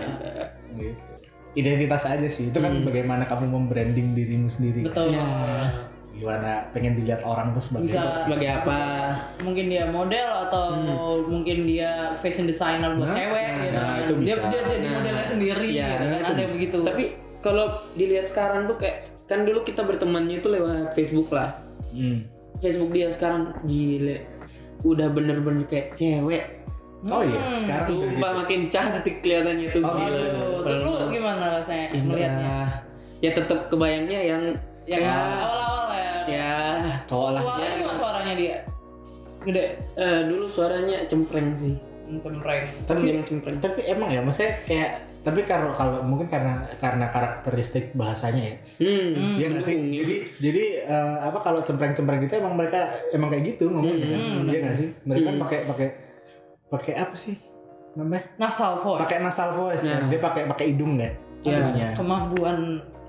S2: Gitu. Identitas aja sih. Itu kan bagaimana kamu membranding dirimu sendiri.
S1: betul
S3: Nah.
S2: Gimana pengen dilihat orang tuh sebagai
S1: Bisa.
S3: sebagai apa
S1: mungkin dia model atau mungkin dia fashion designer buat
S2: Nah,
S1: cewek
S2: nah,
S1: gitu
S2: nah,
S1: kan.
S2: itu
S1: dia
S2: bisa.
S1: dia jadi
S3: Nah,
S1: modelnya sendiri
S3: iya,
S1: gitu
S2: nah,
S1: kan
S2: itu
S1: ada
S2: bisa.
S1: begitu
S3: tapi kalau dilihat sekarang tuh kayak kan dulu kita bertemannya itu lewat Facebook lah
S2: Hmm.
S3: Facebook dia sekarang gile udah bener-bener kayak cewek
S2: Oh iya,
S1: Hmm.
S2: sekarang udah
S3: Sumpah
S2: gitu.
S3: makin cantik kelihatannya tuh
S2: Oh,
S3: gila.
S1: Aduh, terus lu gimana rasanya
S3: Ya,
S1: melihatnya
S3: Ya tetap kebayangnya yang
S1: ya
S3: ya,
S1: awal-awal ya
S3: ya.
S2: gitu. Cowok lah.
S1: suaranya gimana suaranya dia gede
S3: Eh, dulu suaranya cempreng sih.
S1: Hmm, cempreng
S2: Tapi
S3: Memang cempreng.
S2: tapi emang ya maksudnya kayak tapi kalau kalau mungkin karena karena karakteristik bahasanya ya.
S3: Hmm.
S2: Iya nggak sih?
S3: mendukung, ya.
S2: Jadi jadi eh, apa kalau cempreng-cempreng gitu emang mereka emang kayak gitu ngomongnya kan?
S1: Hmm,
S2: Iya nggak sih? Mereka kan
S3: Hmm.
S2: pakai pakai pakai apa sih namanya?
S1: nasal voice
S2: Pakai nasal voice kan?
S3: Nah.
S2: Dia pakai pakai hidung ya? deh.
S3: Iya.
S2: Ininya.
S1: kemampuan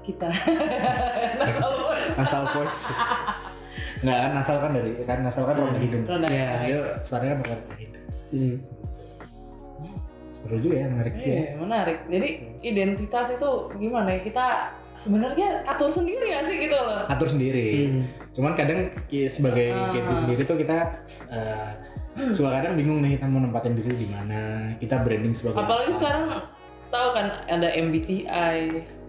S1: kita (laughs) nasal voice
S2: Nasal voice. Nggak kan nasal kan dari kan nasal kan dari hidung.
S1: Rada.
S3: Iya.
S2: Dia suaranya kan pakai hidung.
S3: Hmm.
S2: Seru juga ya menarik juga.
S1: Iya, menarik. Jadi identitas itu gimana ya kita sebenarnya atur sendiri gak sih gitu loh.
S2: Atur sendiri.
S3: Hmm.
S2: Cuman kadang ya, sebagai
S1: Ah.
S2: Kenzi sendiri tuh kita eh, suka kadang bingung nih kita mau nempatin diri di mana. Kita branding sebagai
S1: Apalagi
S2: apa.
S1: sekarang tahu kan ada MBTI,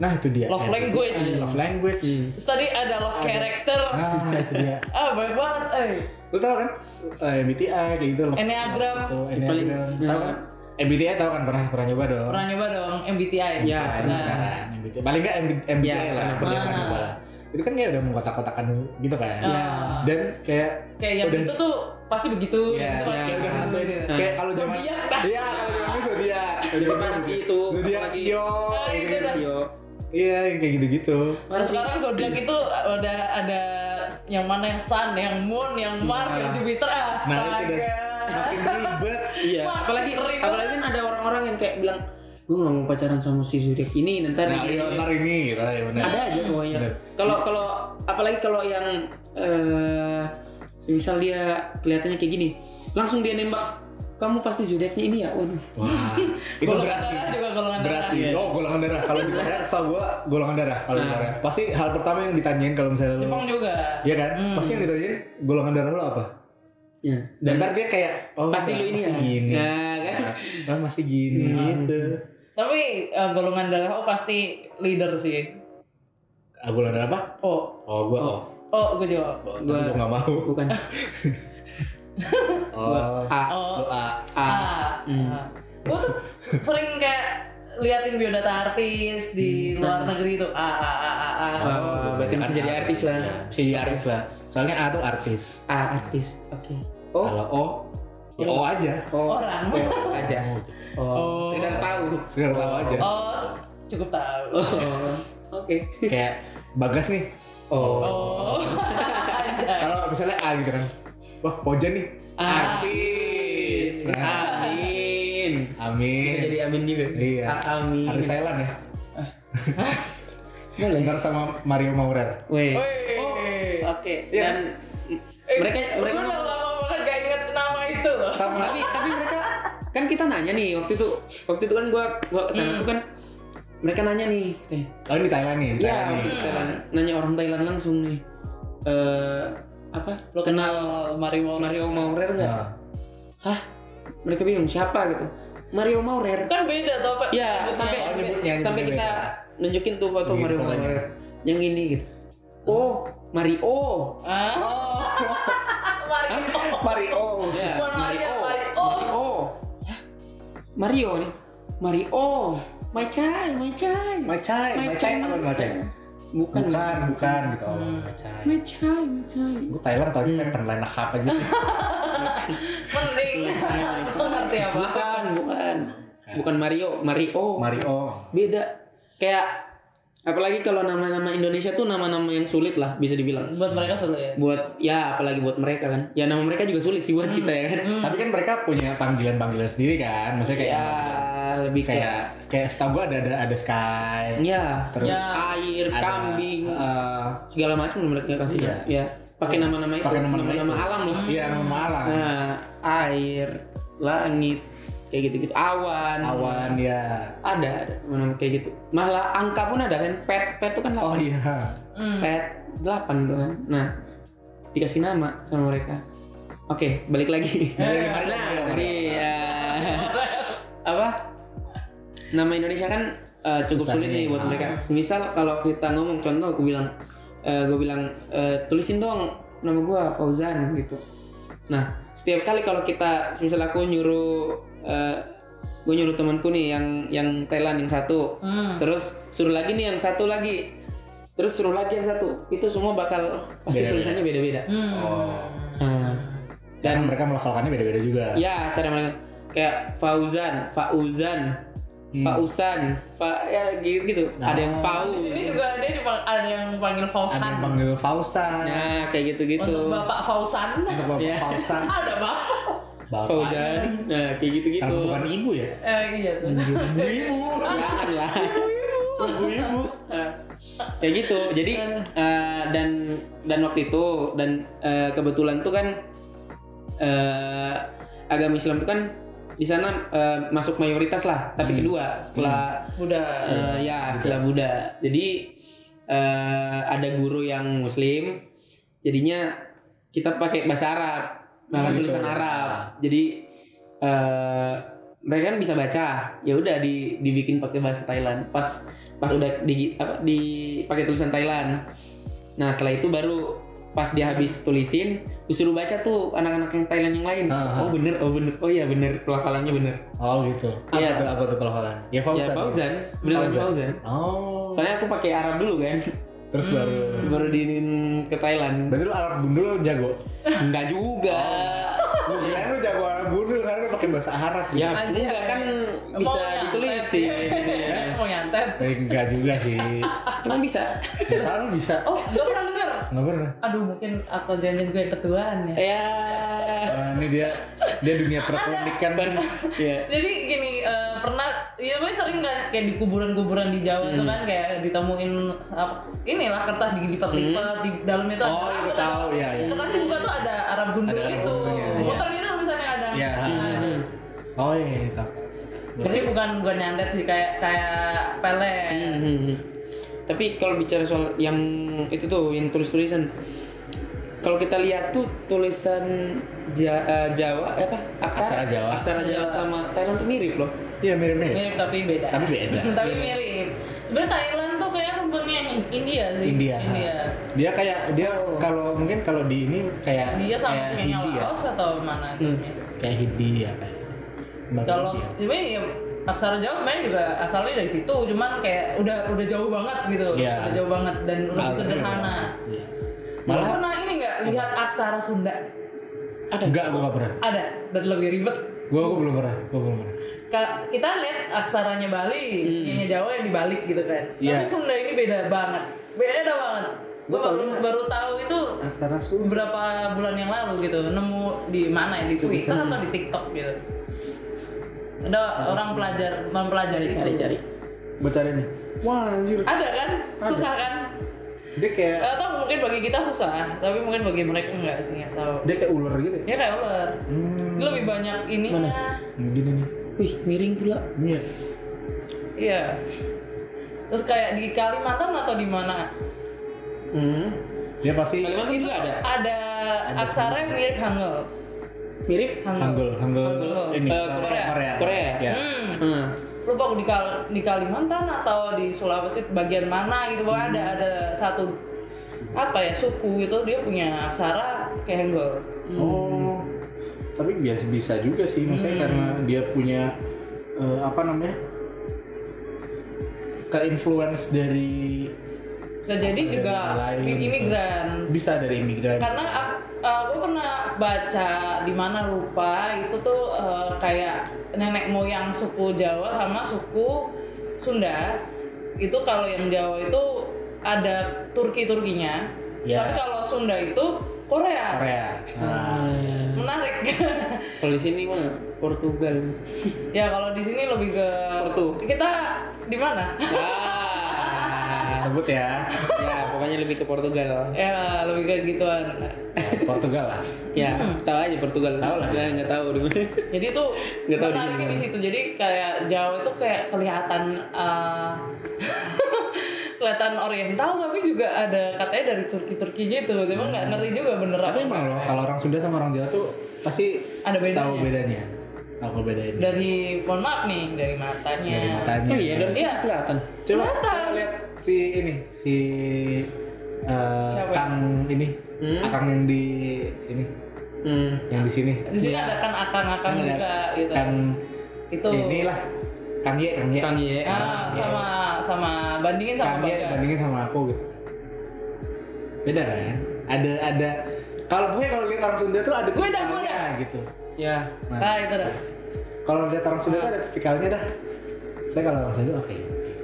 S2: Nah itu dia.
S1: love
S2: Ya,
S1: language.
S2: Love language.
S3: Hmm.
S1: Terus tadi ada love character.
S2: Ah itu dia.
S1: Ah, banyak banget. Eh,
S2: Lu tau kan? Eh, MBTI kayak gitu. love-
S1: Enneagram.
S2: Itu, Enneagram.
S3: ya.
S2: Tau kan? MBTI tau kan pernah pernah nyoba dong.
S1: pernah nyoba dong MBTI.
S3: Ya.
S2: Nah,
S1: Nah.
S2: kan, MBTI. Paling nggak MB- MBTI
S3: Ya,
S2: lah
S3: pernah.
S2: pernah pernah nyoba lah. Itu kan kayak udah mengkotak-kotakan gitu kan.
S1: Ah,
S3: Ya.
S2: Dan kayak
S1: Kayak yang
S2: Udah.
S1: itu tuh pasti
S3: Iya,
S1: begitu.
S2: Ya,
S1: gitu, pasti
S2: kayak udah
S1: begitu,
S2: nentuin
S1: gitu.
S3: Nah.
S2: kayak kalau zaman
S1: Zodiak.
S2: Iya, kalau zaman itu zodiak.
S3: Lebih parah sih itu.
S2: Zodiak
S3: Apalagi- Ah,
S2: Sio.
S1: Nah, itu dah.
S3: Sio.
S2: Iya, kayak gitu-gitu.
S1: Terus
S3: Parah sih.
S1: sekarang zodiak itu ada ada yang mana yang Sun, yang Moon, yang Mars, yang
S3: Nah.
S1: Jupiter. Ah,
S2: Nah, itu
S1: Astaga.
S2: udah makin ribet.
S3: Iya.
S1: Wah,
S3: Apalagi
S1: ribet.
S3: apalagi kan ada orang-orang yang kayak bilang gue gak mau pacaran sama si zodiak ini nanti
S2: Nah, iya, ntar ini gitu ya benar.
S3: ada aja pokoknya
S2: Bener.
S3: kalau kalau apalagi kalau yang eh semisal dia kelihatannya kayak gini langsung dia nembak kamu pasti zodiaknya ini ya waduh (laughs)
S2: Wah, itu
S1: Golongan
S2: berat sih.
S1: darah juga golongan
S2: Berat
S1: darah.
S2: sih. Oh, golongan darah. Kalau di Korea, setahu gua golongan darah kalau di
S3: Iya. Nah.
S2: Korea. Pasti hal pertama yang ditanyain kalau misalnya lu
S1: Jepang juga.
S2: Iya kan?
S3: Hmm.
S2: Pasti yang ditanyain golongan darah lu apa?
S3: ya
S2: Dan ntar dia kayak oh
S3: pasti
S2: enggak,
S3: lu ini ya
S2: masih gini.
S3: nah kan
S2: Nah, masih gini gitu.
S1: Tapi eh, golongan darah O pasti leader sih.
S2: Ah, golongan darah apa?
S1: Oh,
S2: Oh, gua oh.
S1: oh gue jawab.
S2: Oh, tapi gua nggak mau.
S3: bukan
S2: Oh,
S3: A
S1: Oh,
S2: lu A. Hmm.
S1: Ah.
S3: A
S1: ah. Gue tuh sering kayak liatin biodata artis di
S2: Hmm.
S1: luar negeri tuh. Ah, ah, ah, ah, ah.
S3: Oh, berarti bisa jadi artis lah.
S2: Iya, Bisa jadi artis lah. Soalnya A tuh artis.
S3: A artis oke oh
S2: Kalau O, ya O aja.
S3: oh
S1: Orang.
S3: oh, aja oh sekedar tahu
S2: Sekedar tahu aja.
S1: Oh, s- cukup tahu.
S3: oh oke
S2: Kayak Bagas nih.
S3: oh
S1: Oh, (laughs) anjay.
S2: Kalau misalnya A gitu kan. Wah, Pojan nih.
S3: Ah.
S2: Artis. Nah,
S3: amin
S2: amin.
S3: bisa jadi amin juga
S2: Iya.
S3: A- amin
S2: Artis Thailand ya.
S3: boleh
S2: Ntar sama Mario Maurer.
S3: Weh.
S1: Weh.
S3: Oh, Oke.
S2: Iya.
S3: Dan
S1: Eh,
S3: mereka
S1: gua
S3: mereka
S1: udah
S3: ngomong-
S1: lama banget gak inget nama itu loh.
S2: Sama
S3: tapi tapi mereka kan kita nanya nih waktu itu waktu itu kan gua gua kesana
S1: Hmm.
S3: tuh kan mereka nanya nih katanya.
S2: Oh ini Thailand nih, di
S3: Iya,
S2: Thailand
S3: waktu
S2: nih.
S3: itu Thailand. Nanya orang Thailand langsung nih. Eh apa?
S1: Lo kenal Mario Maurer?
S3: Mario Maurer nggak? (laughs)
S2: Nah,
S3: Hah? Mereka bingung siapa gitu. Mario Maurer.
S1: Kan beda tuh Pak.
S3: Ya,
S1: Nyebutnya.
S3: sampai
S2: Oh,
S3: sampai,
S2: nyebutnya,
S3: sampai
S2: nyebutnya
S3: kita nunjukin tuh foto
S2: Ini
S3: Mario
S2: fotonya.
S3: Maurer yang ini gitu. Oh, Mario.
S1: Ah,
S2: Oh, (laughs)
S1: Mario.
S2: Mario.
S3: Ya,
S1: Bukan Mario, Mario.
S3: Mario. Hah? Mario nih. Mario. My chai, my chai.
S2: Macai, Macai apa Macai?
S3: Bukan.
S2: Bukan, bukan gitu. Oh, Macai.
S3: My chai, my chai.
S2: Gue Thailand tau ini pengen line up aja sih.
S1: Mending. (laughs) Lo ngerti apa?
S3: Bukan, bukan. Bukan Mario, Mario.
S2: Mario.
S3: Beda. Kayak Apalagi kalau nama-nama Indonesia tuh nama-nama yang sulit lah bisa dibilang.
S1: buat mereka sulit ya
S3: Buat ya apalagi buat mereka kan. Ya nama mereka juga sulit sih buat kita ya kan.
S2: Tapi kan mereka punya panggilan-panggilan sendiri kan. Maksudnya kayak
S3: Ya lebih kayak
S2: kayak kayak setahu gua ada ada ada Sky.
S3: ya
S2: Terus
S1: Ya.
S3: air,
S2: ada,
S3: kambing,
S2: eh,
S3: segala macam mereka kasih
S2: Iya.
S3: ya. Pakai nama-nama itu,
S2: Pakai nama-nama
S3: nama-nama
S2: itu.
S3: alam lah.
S2: Iya nama malam.
S3: Nah, air, langit, kayak gitu-gitu, awan.
S2: Awan ya.
S3: Ada, ada nama kayak gitu. Malah angka pun ada kan. Pet, pet itu kan
S2: Oh iya.
S1: Hmm.
S3: pet 8 tuh kan. Nah, dikasih nama sama mereka. Oke, balik lagi.
S2: Balik lagi, balik
S3: nah,
S2: lagi, balik
S3: tadi eh, (laughs) apa? Nama Indonesia kan eh, cukup
S2: Susah Ah.
S3: sulit
S2: nih.
S3: nih buat mereka. Misal kalau kita ngomong contoh aku bilang eh, gue bilang eh, tulisin dong nama gua Fauzan gitu. Nah, setiap kali kalau kita misal aku nyuruh gue nyuruh temanku nih yang yang Thailand yang satu
S1: Hmm.
S3: terus suruh lagi nih yang satu lagi terus suruh lagi yang satu itu semua bakal pasti
S2: Beda-beda.
S3: tulisannya beda-beda
S1: Hmm.
S2: Oh.
S3: Nah,
S2: Dan
S3: dan
S2: mereka melafalkannya beda-beda juga.
S3: ya cara mereka kayak Fauzan Fauzan
S2: Hmm.
S3: Fausan Fa ya gitu gitu
S2: Nah.
S3: ada yang Fau
S1: Di sini juga dia dipang- ada yang panggil
S2: Ada yang
S1: Fausan.
S2: panggil Fausan.
S3: nah kayak gitu gitu
S1: Untuk Bapak Fausan. (laughs)
S2: Untuk bapak
S3: Ya.
S2: Fausan.
S1: ada Bapak.
S2: Bapak.
S3: Fauzan nah kayak gitu gitu
S2: Karena bukan ibu ya.
S1: Eh, iya tuh.
S2: Ibu.
S3: jangan lah ibu-ibu kayak gitu jadi eh, dan dan waktu itu dan eh, kebetulan tuh kan eh, agama Islam tuh kan di sana eh, masuk mayoritas lah
S2: Hmm.
S3: tapi kedua setelah
S1: Buddha.
S2: Iya.
S3: eh, ya setelah Buddha jadi eh, ada guru yang Muslim jadinya kita pakai bahasa Arab malah
S2: Oh, gitu.
S3: tulisan Arab jadi eh, mereka kan bisa baca ya udah di dibikin pakai bahasa Thailand pas pas udah di apa di pakai tulisan Thailand nah setelah itu baru pas dia habis tulisin gue suruh baca tuh anak-anak yang Thailand yang lain
S2: Ah, ah.
S3: oh bener oh bener oh iya bener pelafalannya bener
S2: Oh gitu. Apa
S3: Iya.
S2: tuh apa tuh pelafalan? Ya
S3: ya
S2: Fausan.
S3: Fauzan beneran
S2: Fauzan.
S3: Fauzan
S2: Oh.
S3: soalnya aku pakai Arab dulu kan
S2: Terus baru.
S3: baru diin ke Thailand
S2: Hmm. Berarti lu Arab gundul lu jago.
S3: enggak juga
S2: Lu kirain lu jago Arab gundul karena lu pakai bahasa Arab. gitu.
S3: ya
S1: Anjay.
S3: enggak kan
S1: Mau
S2: ya.
S3: bisa
S1: nyantet.
S3: ditulis sih
S1: Iya, Mau nyantet.
S2: Eh, enggak juga sih.
S3: emang bisa
S2: Gak tau lu bisa.
S1: Oh, nggak pernah dengar.
S2: Enggak pernah.
S1: Aduh, mungkin atau janjian gue ketuaan ya.
S3: ya
S2: Eh, ini dia dia dunia perkelonikan
S3: kan ya
S1: Jadi gini, eh, pernah ya gue sering kan kayak di kuburan-kuburan di Jawa
S2: Hmm.
S1: itu kan kayak ditemuin apa inilah kertas dilipat-lipat di dalamnya tuh
S2: Oh,
S1: ada
S2: iya,
S1: rambut,
S2: tahu.
S1: ada-
S2: Iya, iya.
S1: Kertas dibuka tuh ada Arab gundul
S2: Ada Arab
S1: gitu.
S2: gundulnya, iya.
S1: Muter gitu tulisannya ada.
S2: ya oh iya tahu
S1: Jadi bukan bukan nyantet sih kayak kayak pele.
S3: Hmm. Tapi kalau bicara soal yang itu tuh yang tulis-tulisan kalau kita lihat tuh tulisan Ja- eh, Jawa eh apa
S2: Aksara Jawa.
S3: aksara Jawa sama Thailand tuh mirip loh.
S2: iya mirip mirip
S1: Mirip tapi beda.
S2: tapi beda
S1: (laughs) Tapi mirip. Sebenarnya Thailand tuh kayak rumputnya yang India sih.
S2: India
S1: India.
S2: dia kayak dia kalau mungkin kalau di ini kayak
S1: Dia sama
S2: kayak
S1: punya
S2: Hindi ya
S1: Laos atau mana tuh mirip.
S2: kayak Hindi ya kayak Bang
S1: Kalau
S2: Hindi ya.
S1: sebenarnya ya, aksara Jawa sebenarnya juga asalnya dari situ, cuman kayak udah udah jauh banget gitu,
S2: Iya.
S1: udah jauh banget dan lebih
S2: Malah-
S1: sederhana.
S2: Iya.
S1: Malah
S2: malah
S1: pernah ini nggak lihat aksara Sunda?
S3: Ada.
S2: enggak gua gak pernah
S1: Ada dan lebih ribet.
S2: gua gua belum pernah gua belum pernah
S1: Ka- kita lihat aksaranya Bali, yang Jawa yang dibalik gitu kan.
S2: Hmm. Iya.
S1: Tapi Sunda ini beda banget, beda banget. Gue baru baru tahu itu
S2: aksara Sunda
S1: beberapa bulan yang lalu gitu nemu di mana ya di Twitter atau di TikTok gitu ada orang pelajar mempelajari itu.
S3: Cari-cari.
S2: gua cari nih wah anjir
S1: ada kan susah kan
S2: dia kayak
S1: nggak tahu mungkin bagi kita susah tapi mungkin bagi mereka enggak sih nggak tahu
S2: dia kayak ular gitu ya
S1: dia kayak ular
S2: hmm
S1: Dia lebih banyak ini
S2: gini nih
S3: Wih, miring pula.
S2: ini ya
S1: iya terus kayak di Kalimantan atau di mana
S3: Hmm.
S2: dia pasti
S3: Kalimantan juga ada.
S1: ada, aksara yang mirip hangul
S3: Mirip.
S1: hangul
S2: Hanggul, hanggul ini
S3: Eh,
S1: Korea.
S2: Korea.
S3: Korea.
S2: Ya.
S1: Hmm.
S3: Hmm.
S1: lupa aku di, Kal- di Kalimantan atau di Sulawesi bagian mana gitu bahwa ada ada satu apa ya suku gitu dia punya aksara kayak henggol
S2: Oh. Tapi biasa bisa juga sih maksudnya karena dia punya eh, apa namanya? ke-influence dari
S1: bisa jadi
S2: Ada
S1: juga
S2: lain.
S1: imigran
S2: bisa dari imigran.
S1: karena ak- aku pernah baca di mana lupa itu tuh eh, kayak nenek moyang suku Jawa sama suku Sunda itu kalau yang Jawa itu ada Turki-Turkinya.
S2: Ya.
S1: Tapi kalau Sunda itu Korea.
S2: Korea. Nah,
S1: Menarik. (laughs)
S3: Kalau di sini mah Portugal.
S1: ya kalau di sini lebih ke
S3: Porto.
S1: kita di mana? (laughs)
S3: Ah.
S2: disebut ya
S3: ya, pokoknya lebih ke Portugal.
S1: ya lebih ke gituan.
S2: Portugal lah.
S3: Ya, tahu aja Portugal.
S2: Tahu lah.
S3: Ya, nggak tahu di mana.
S1: Jadi itu
S3: Nggak tahu di
S1: menariknya
S3: sini.
S1: di situ. Jadi kayak Jawa itu kayak kelihatan eh, (laughs) kelihatan oriental tapi juga ada katanya dari Turki-Turki gitu. Cuma
S3: Hmm.
S1: nggak ngeri juga beneran.
S2: Tapi emang loh kalau orang Sunda sama orang Jawa tuh pasti
S1: ada bedanya.
S2: tahu bedanya. Tahu bedanya
S1: dari mohon maaf nih dari matanya.
S2: dari matanya.
S3: Oh iya, dari sisi
S1: Iya.
S3: kelihatan.
S2: Coba, coba lihat si ini si eh,
S1: Siapa?
S2: Kang ini,
S3: Hmm.
S2: Akang yang di ini,
S3: Hmm.
S2: yang di sini.
S1: Di
S3: Iya.
S1: sini ada kan akang-akang
S2: Ada
S1: juga gitu.
S2: Kang
S1: itu
S2: inilah Kang Ye, Kang Ye.
S3: Kang Ye.
S1: Ah, sama sama bandingin sama
S2: Kang Ye
S1: Bagas.
S2: bandingin sama aku gitu. Beda kan? Ada ada kalau gue kalau lihat orang Sunda tuh ada
S1: Gue dah, gue
S2: tipikalnya gitu.
S3: Ya.
S1: Nah, itu dah.
S2: Kalau lihat orang Sunda tuh ada tipikalnya dah. Saya kalau orang Sunda oke.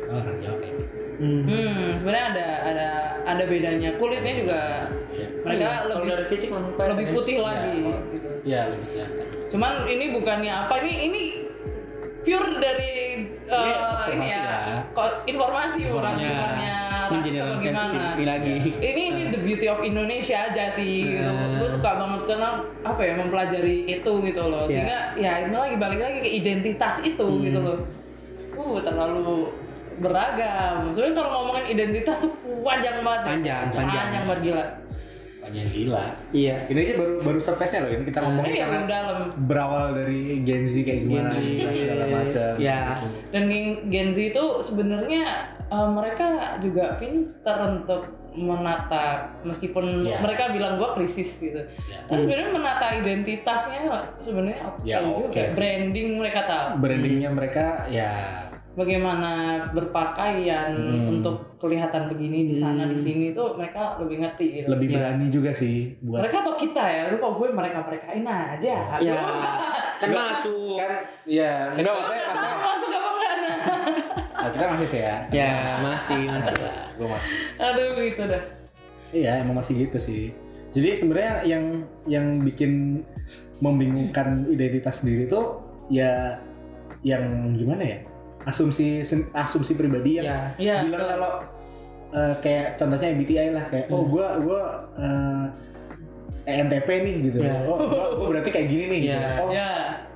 S2: Kalau orang Jawa kayak gitu.
S3: Hmm.
S1: Hmm, sebenarnya ada ada ada bedanya. Kulitnya juga mereka
S3: Iya, kalau
S1: lebih
S3: dari fisik langsung kelihatan
S1: lebih
S3: ya.
S1: putih lagi. gitu.
S2: Iya, lebih kelihatan.
S1: Cuman ini bukannya apa ini ini pure dari uh,
S2: Ini
S1: ini ya,
S2: observasi ya.
S1: ko- informasi bukan
S3: Ya,
S1: sebenarnya rasisme atau gimana.
S3: menjeneralisasi lagi.
S1: ini ini the beauty of Indonesia aja sih gitu. Gue suka banget karena apa ya mempelajari itu gitu loh. Sehingga ya ini lagi balik lagi ke identitas itu gitu loh. Uh terlalu beragam. Soalnya kalau ngomongin identitas tuh panjang banget. ya.
S3: Panjang, panjang.
S1: panjang banget gila.
S2: Banyak yang gila.
S3: Iya.
S2: Ini aja baru baru surface-nya loh. Ini kita ngomongin
S1: Ini yang
S2: Iya, karena
S1: dalam
S2: berawal dari Gen Z kayak gimana
S3: Gen Z,
S2: segala macam.
S3: iya.
S2: gitu.
S1: dan Gen, Gen Z itu sebenarnya eh, mereka juga pintar untuk menata meskipun
S2: Ya.
S1: mereka bilang gua krisis gitu
S2: Ya.
S1: tapi sebenarnya menata identitasnya sebenarnya oke
S2: Ya,
S1: juga.
S2: oke sih.
S1: branding mereka tahu
S2: Brandingnya mereka ya
S1: bagaimana berpakaian
S2: Hmm.
S1: untuk kelihatan begini di sana di sini tuh mereka lebih ngerti gitu
S2: lebih berani juga sih buat
S1: mereka atau kita ya lu kok gue mereka merekain aja (laughs)
S3: Ya. Kan
S2: Enggak.
S3: masuk.
S2: kan ya enggak
S1: (laughs)
S2: maksudnya
S1: Nggak
S2: maksudnya
S1: tahu masuk apa enggak nah.
S2: nah, kita masih sih ya
S3: Ya, masih, masih.
S2: masih lah gue masih
S1: aduh gitu dah
S2: iya emang masih gitu sih jadi sebenarnya yang yang bikin membingungkan identitas diri itu ya yang gimana ya asumsi sen- asumsi pribadi yang
S3: Ya.
S1: Iya,
S2: bilang
S1: betul.
S2: kalau eh, kayak contohnya MBTI lah kayak oh gua gua eh, ENTP nih gitu
S3: Ya.
S2: oh gua, gua berarti kayak gini nih
S3: Ya.
S2: gitu. oh
S1: ya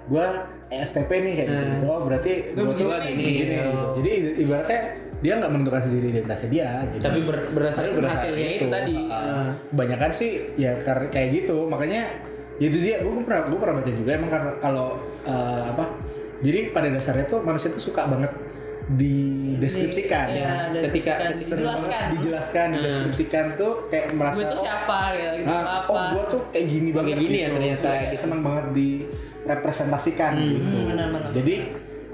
S2: gua ESTP nih kayak gitu,
S3: Hmm.
S2: gitu. Oh berarti
S1: Gua
S2: gua tuh
S1: begini.
S2: gini, gini,
S3: Iya.
S2: gitu. Jadi i- ibaratnya dia nggak menentukan sendiri identitasnya dia. Gitu.
S3: Tapi ber- berdasarkan hasilnya itu, tadi. Hmm.
S2: Uh, kebanyakan sih ya kar- kayak gitu. Makanya ya itu dia. Gue pernah gue pernah baca juga emang karena kalau uh, apa. Jadi pada dasarnya tuh manusia tuh suka banget dideskripsikan.
S1: Di- ya,
S3: ya. Ketika
S1: deskripsikan,
S2: Sering banget
S1: dijelaskan
S2: dijelaskan,
S3: Hmm.
S2: dideskripsikan tuh kayak merasa
S1: gue tuh
S2: oh,
S1: siapa ya gitu
S2: Nah,
S1: apa
S2: oh gua tuh kayak gini banget
S3: gini ya
S2: gitu.
S3: ternyata,
S2: Kayak
S3: gitu.
S2: seneng banget direpresentasikan gitu.
S1: Hmm, benar-benar.
S2: Jadi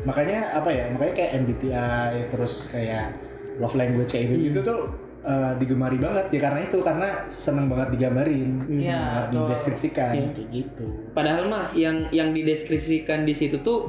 S2: makanya apa ya? Makanya kayak MBTI terus kayak love language kayak gitu,
S3: Hmm.
S2: gitu tuh eh, digemari banget ya karena itu karena seneng banget digambarin, seneng
S1: Iya,
S2: banget
S1: betul.
S2: dideskripsikan
S3: Hmm. Iya.
S2: kayak gitu.
S3: Padahal mah yang yang dideskripsikan di situ tuh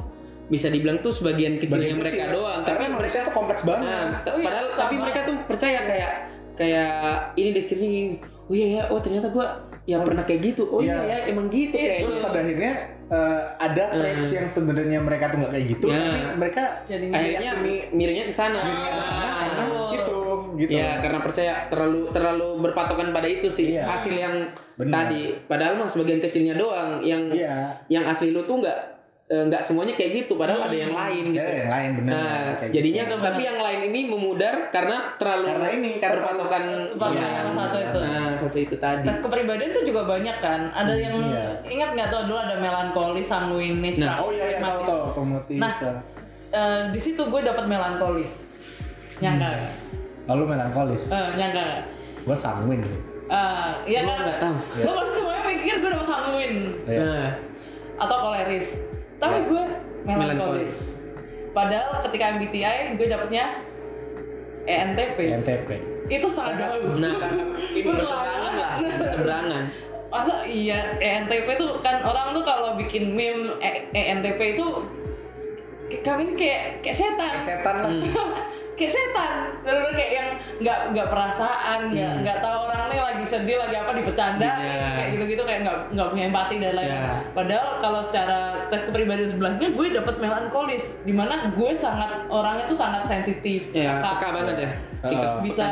S3: bisa dibilang tuh sebagian
S2: Sebagian
S3: kecilnya mereka
S2: kecil.
S3: doang.
S2: Karena
S3: Tapi
S2: manusia tuh kompleks banget.
S3: Nah, ta-
S1: Oh iya,
S3: padahal
S1: sama.
S3: tapi mereka tuh percaya kayak kayak ini deskripsi gini. Oh iya ya, oh ternyata gua ya pernah kayak gitu. Oh
S2: Iya.
S3: iya ya, emang gitu kayak.
S1: iya.
S2: Terus pada akhirnya eh, ada traits yang sebenarnya mereka tuh nggak kayak gitu,
S3: Hmm. Ya.
S2: tapi mereka
S1: Jadinya-
S2: Eh,
S3: Akhirnya
S2: meyakini-
S3: miringnya ke sana.
S2: dirinya kesana
S3: Ah.
S2: karena
S1: betul.
S2: gitu, gitu.
S3: Ya, karena percaya terlalu terlalu berpatokan pada itu sih
S2: Iya.
S3: hasil yang
S2: Benar.
S3: tadi. Padahal mah sebagian kecilnya doang yang
S2: Iya.
S3: yang asli lu tuh nggak eh, nggak semuanya kayak gitu.
S2: Hmm.
S3: Padahal ada yang lain gitu.
S2: Ada yang lain benar.
S3: Nah,
S2: kayak
S3: jadinya
S2: gitu.
S3: tapi yang lain ini memudar karena terlalu
S2: karena ini karena
S3: berpatokan
S1: Bang,
S2: Iya,
S1: yang satu
S2: benar.
S1: itu
S3: Nah, satu itu tadi.
S1: tes kepribadian tuh juga banyak kan ada yang
S2: Iya.
S1: ingat nggak tuh dulu ada melankolis sanguinis
S3: Nah,
S2: Oh iya, iya tahu
S1: pragmatis.
S2: tahu pemutih.
S1: Nah.
S2: bisa.
S1: Eh, di situ gue dapat melankolis nyangka
S2: Hmm.
S1: nggak?
S2: Lalu melankolis.
S1: Eh, nyangka nggak?
S2: Gua sanguin sih.
S1: Eh, iya
S3: Gua
S1: kan
S3: nggak tahu.
S1: gue pasti semuanya mikir gue dapat sanguin
S2: Iya.
S3: Nah,
S1: atau koleris tapi gue melankolis
S3: Ya. Melankolis.
S1: padahal ketika MBTI gue dapetnya E
S3: E
S1: ENTP
S2: NTP.
S1: itu sangat jauh
S3: nah berseberangan
S1: Berlawanan.
S3: lah, berseberangan.
S1: Masa iya ENTP tuh kan orang tuh kalau bikin meme E- ENTP itu "K- kami ini kayak kayak setan.
S3: Hmm,
S2: Kayak setan lah.
S1: (laughs) kayak setan bener-bener kayak yang nggak nggak perasaan nggak nggak tahu orang nih lagi sedih lagi apa dipecanda
S3: Hmm. Iya.
S1: kayak gitu-gitu kayak nggak nggak punya empati dan lain-lain
S3: Iya.
S1: padahal kalau secara tes kepribadian sebelahnya gue dapet melankolis dimana gue sangat orangnya tuh sangat sensitif
S3: ya
S1: peka,
S3: peka banget Hmm. ya
S2: Heeh.
S1: bisa